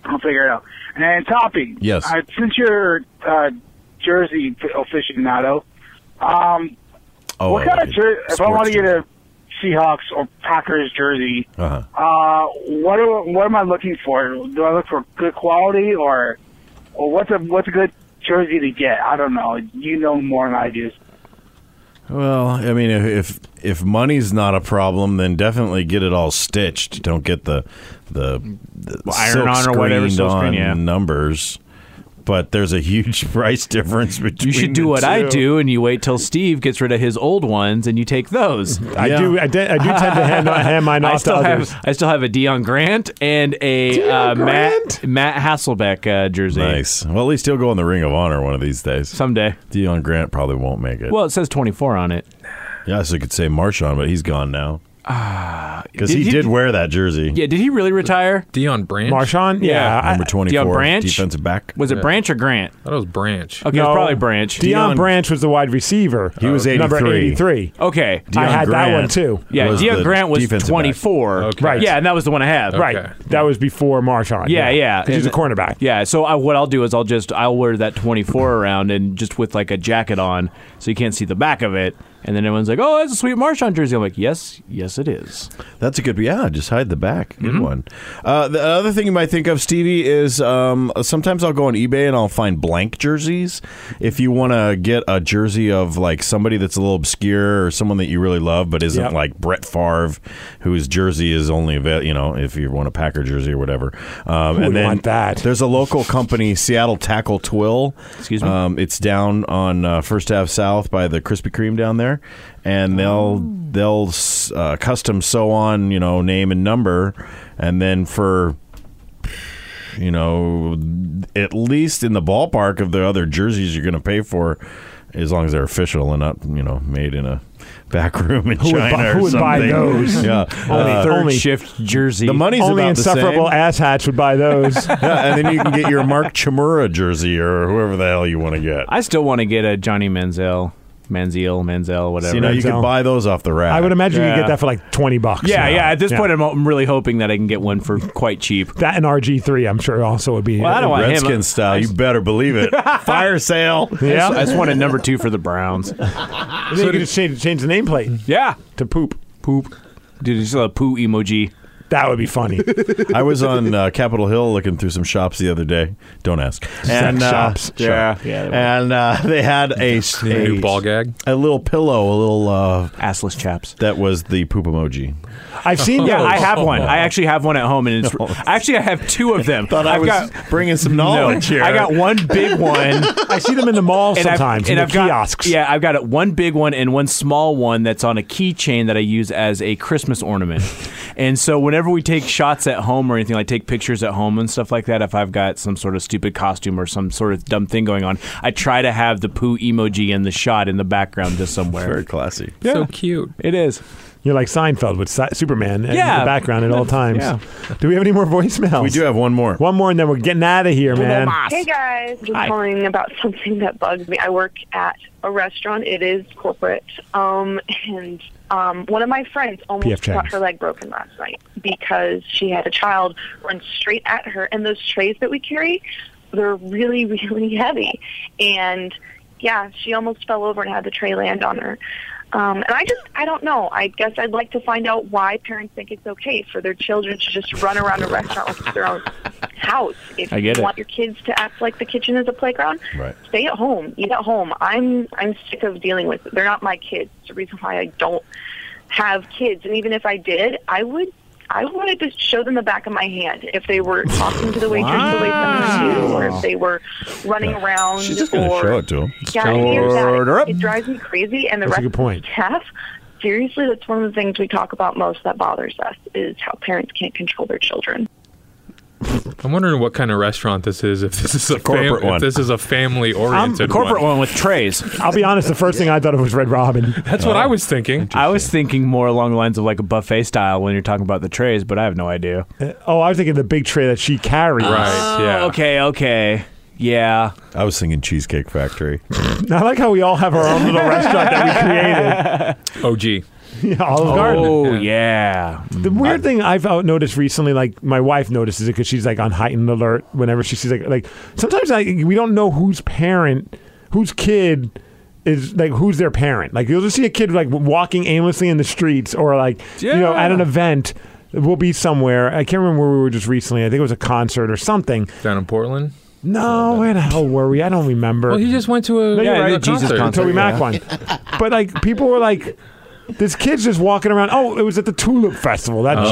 I'll figure it out. And Toppy,
Yes.
uh, since you're uh, Jersey aficionado, um,
Oh,
what
I
kind
like
of
it.
jer- if I
Sports
want to get a Seahawks or Packers jersey,
Uh-huh.
uh, what do, what am I looking for? Do I look for good quality or or what's a what's a good jersey to get? I don't know. You know more than I do.
Well, I mean, if, if if money's not a problem, then definitely get it all stitched. Don't get the the, the
Well, iron on or whatever,
silk-screened
silkscreen,
on
yeah.
numbers. But there's a huge price difference between.
You should
the
do what I
two.
do, and you wait till Steve gets rid of his old ones, and you take those.
I do. I, de- I do tend to hand, hand mine
I
off to
still
others.
have I still have a Dion Grant and a uh, Matt Matt Hasselbeck uh, jersey.
Nice. Well, at least he'll go in the Ring of Honor one of these days.
Someday.
Dion Grant probably won't make it.
Well, it says 24 on it.
yeah, so you could say Marshawn, but he's gone now. Because
Ah, Did
he,
he-
did wear that jersey.
Yeah, did he really retire?
Dion Branch.
Marshawn? Yeah. I-
Number 24,
Deion Branch?
defensive back.
Was it
Yeah.
Branch or Grant?
That was Branch.
Okay, it was probably Branch.
Dion, Branch was the wide receiver. He
was
number
83.
eighty-three.
Okay,
I had that one too.
Yeah, Deion Grant was 24.
Right.
Yeah, and that was the one I had.
Right. That was before Marshawn.
Yeah, yeah.
'Cause he's a
And-
cornerback.
Yeah, so I, what I'll do is I'll just I'll wear that 24 around and just with like a jacket on, so you can't see the back of it. And then everyone's like, "Oh, that's a sweet Marshawn jersey." I'm like, "Yes, yes, it is." Mm-hmm.
That's a good yeah. Just hide the back. Good one. Uh, the other thing you might think of, Stevie, is um, sometimes I'll go on eBay and I'll find blank jerseys. If you want to get a jersey of like somebody that's a little obscure or someone that you really love, but isn't
Yep.
like Brett Favre, whose jersey is only available. You know, if you want a Packer jersey or whatever. Um,
Who
and
would
then
want
that? There's a local company, Seattle Tackle Twill.
Excuse
me. Um, it's down on uh, First Ave South by the Krispy Kreme down there, and they'll they'll uh, custom sew on you know name and number, and then for you know at least in the ballpark of the other jerseys you're going to pay for, as long as they're official and not you know made in a back room in
Who would
China
buy-
or
who would buy
something.
those?
Yeah, Uh,
Only third
shift jersey.
The money's
only
about the same.
insufferable asshats would buy those.
yeah, and then you can get your Mark Chimura jersey or whoever the hell you want to get.
I still want to get a Johnny Manziel, Manziel, Manziel, whatever.
So, you know, you could buy those off the rack.
I would imagine you could
Yeah.
get that for like twenty bucks.
Yeah, yeah. At this
Yeah.
point, I'm, I'm really hoping that I can get one for quite cheap.
that and RG three, I'm sure also would be.
Well, I don't want him.
Redskin style. You better believe it. Fire sale.
I just, I just wanted number two for the Browns.
And then you could just change, change the nameplate
Yeah,
to poop.
Poop. Dude, just a poo emoji.
That would be funny.
I was on uh, Capitol Hill looking through some shops the other day. Don't ask.
Sex
uh,
shops.
Yeah,
Shop. Yeah, they were.
and uh, they had
They
a,
had a new ball
gag, a little pillow, a little uh, assless chaps. That was the poop emoji.
I've seen
Yeah,
those. Oh.
I have one. I actually have one at home, and it's actually I have two of them.
Thought I
I've
was
got,
bringing some
No,
knowledge here.
I got one big one.
I see them in the mall
And I've-
Oh, sometimes in
and
the
I've got-
kiosks.
yeah, I've got one big one and one small one that's on a keychain that I use as a Christmas ornament. and so whenever we take shots at home or anything, like take pictures at home and stuff like that, if I've got some sort of stupid costume or some sort of dumb thing going on, I try to have the poo emoji and the shot in the background just somewhere.
Very classy.
So cute. It is.
You're like Seinfeld with si- Superman and in
Yeah.
the background at all times.
Yeah.
Do we have any more voicemails?
We do have one more.
One more, and then we're getting out of here, man.
Hey guys, just
Hi.
calling about something that bugs me. I work at a restaurant. It is corporate, um, and um, one of my friends
PF
almost
Chang's.
got her leg broken last night because she had a child run straight at her. And those trays that we carry, they're really, really heavy, and yeah, she almost fell over and had the tray land on her. Um, and I just, I don't know. I guess I'd like to find out why parents think it's okay for their children to just run around a restaurant like it's their own house. If
I get
you
it.
want your kids to act like the kitchen is a playground,
Right.
stay at home, eat at home. I'm, I'm sick of dealing with it. They're not my kids. It's the reason why I don't have kids. And even if I did, I would. I wanted to show them the back of my hand if they were talking to the waitress the way someone do, or if they were running around.
She's just gonna
or
show it to him.
yeah, I hear
Order
that.
up.
It drives me crazy, and the
That's a
rest
good point.
of the staff. Seriously, that's one of the things we talk about most that bothers us is how parents can't control their children.
I'm wondering what kind of restaurant this is. If this is a,
corporate
fam-
one.
if this is a family oriented
I'm- corporate
one with trays.
I'll be honest. The first thing I thought of was Red Robin.
That's
Oh.
what I was thinking. Oh. I was thinking more along the lines of like a buffet style when you're talking about the trays, but I have no idea.
Oh, I was thinking the big tray that she carries.
yeah. Okay. Okay. Yeah.
I was thinking Cheesecake Factory.
Oh.
I like how we all have our own little restaurant that we created.
OG.
Yeah, Olive Garden.
Oh yeah.
The
Mm.
weird thing I've out- noticed recently, like my wife notices it because she's like on heightened alert whenever she sees like like sometimes I we don't know whose parent, whose kid is like who's their parent. Like you'll just see a kid like walking aimlessly in the streets or like you know at an event. We'll be somewhere. I can't remember where we were just recently. I think it was a concert or something.
Down in Portland.
No, where the hell were we? I don't remember.
Well, he just went to a
No, you're
yeah,
right.
a concert.
The Toby Mac one. But like people were like, this kid's just walking around. Oh, it was at the Tulip Festival. That
Oh. Ah,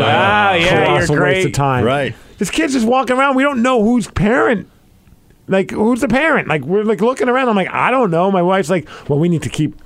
giant
yeah, you're
colossal waste of
great.
time.
Right.
This kid's just walking around. We don't know whose parent. Like who's the parent? Like we're like looking around. I'm like I don't know. My wife's like, well, we need to keep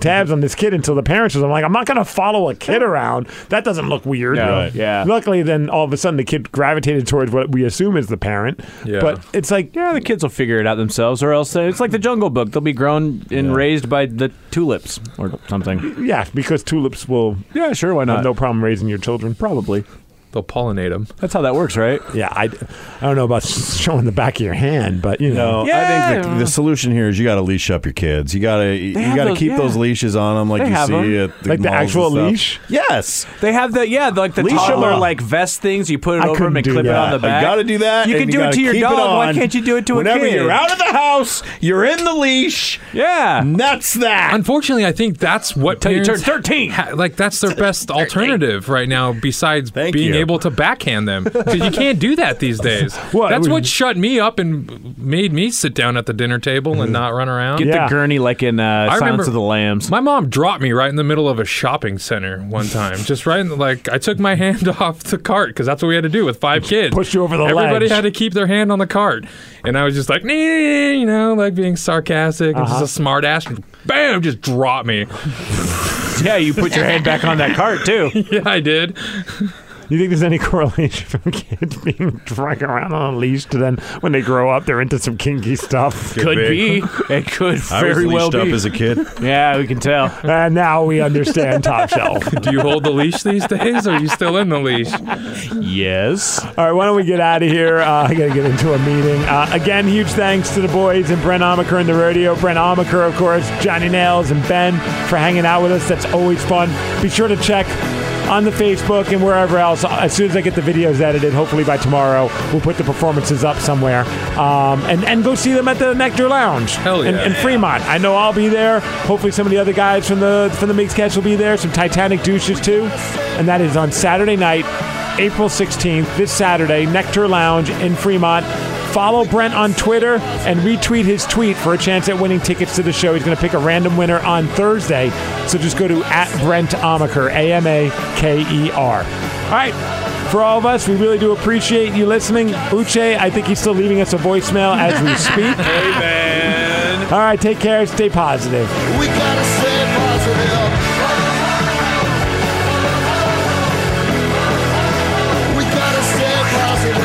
tabs on this kid until the parents. shows up." I'm like, I'm not gonna follow a kid around. That doesn't look weird.
No, Right. yeah.
Luckily, then all of a sudden the kid gravitated towards what we assume is the parent.
Yeah.
But it's like
yeah, the kids will figure it out themselves, or else it's like the Jungle Book. They'll be grown and raised by the tulips or something.
Yeah, because tulips will.
Yeah, sure. Why not?
no problem raising your children.
Probably.
They'll pollinate them.
That's how that works, right?
Yeah, I, I don't know about showing the back of your hand, but you know,
No, I think the, the solution here is you got to leash up your kids. You got to you
have
got to
those,
keep
yeah.
those leashes on them, like
They
you
have
see
'em.
at the
Like the
malls and
actual
stuff.
leash?
Yes,
They have the yeah, the, like the
Leash 'em
toddler
up.
like vest things. You put it
I
over 'em
couldn't
and
do
clip it on
that.
the
You
back.
gotta do that,
You
and
can
you
do it
gotta
to your
keep it
dog. Why
on.
can't you do it to
Whenever
a kid?
you're out of the house, you're in the leash.
Yeah,
and that's that.
Unfortunately, I think that's what
Until you
parents
turn 13.
ha- like that's their best alternative right now, besides being
you.
able to backhand them because you can't do that these days.
Well,
that's
it
what
was-
shut me up and made me sit down at the dinner table and not run around.
Mm-hmm. Get the gurney like in uh,
I
Silence
remember-
of the Lambs.
My mom dropped me right in the middle of a shopping center one time. Just right in the, like I took my hand off the cart because that's what we had to do with five kids. Push
you over the
Everybody
ledge.
had to keep their hand on the cart, and I was just like, "Nah," you know, like being sarcastic. and
Uh-huh.
Just a smart ass. and Bam! Just dropped me.
yeah, you put your hand back on that cart too.
yeah, I did.
you think there's any correlation from kids being dragged around on a leash to then when they grow up they're into some kinky stuff?
Could be. It could
I was
very well
leashed up
be.
as a
kid.
Yeah, we can tell.
And now we understand top shelf.
Do you hold the leash these days, or are you still in the leash?
Yes.
All right, why don't we get out of here? Uh, I got to get into a meeting. Uh, again, huge thanks to the boys and Brent Amaker and the radio. Brent Amaker, of course, Johnny Nails, and Ben for hanging out with us. That's always fun. Be sure to check on the Facebook and wherever else. As soon as I get the videos edited, hopefully by tomorrow, we'll put the performances up somewhere. Um, and, and go see them at the Nectar Lounge Hell in,
yeah.
in Fremont. I know I'll be there. Hopefully some of the other guys from the from the Mixed Catch will be there. Some Titanic douches too. And that is on Saturday night, April 16th, this Saturday, Nectar Lounge in Fremont. Follow Brent on Twitter and retweet his tweet for a chance at winning tickets to the show. He's going to pick a random winner on Thursday. So just go to at Brent Amaker, A M A K E R. All right. For all of us, we really do appreciate you listening. Uche, I think he's still leaving us a voicemail as we speak. All right. Take care. Stay positive.
We gotta stay positive.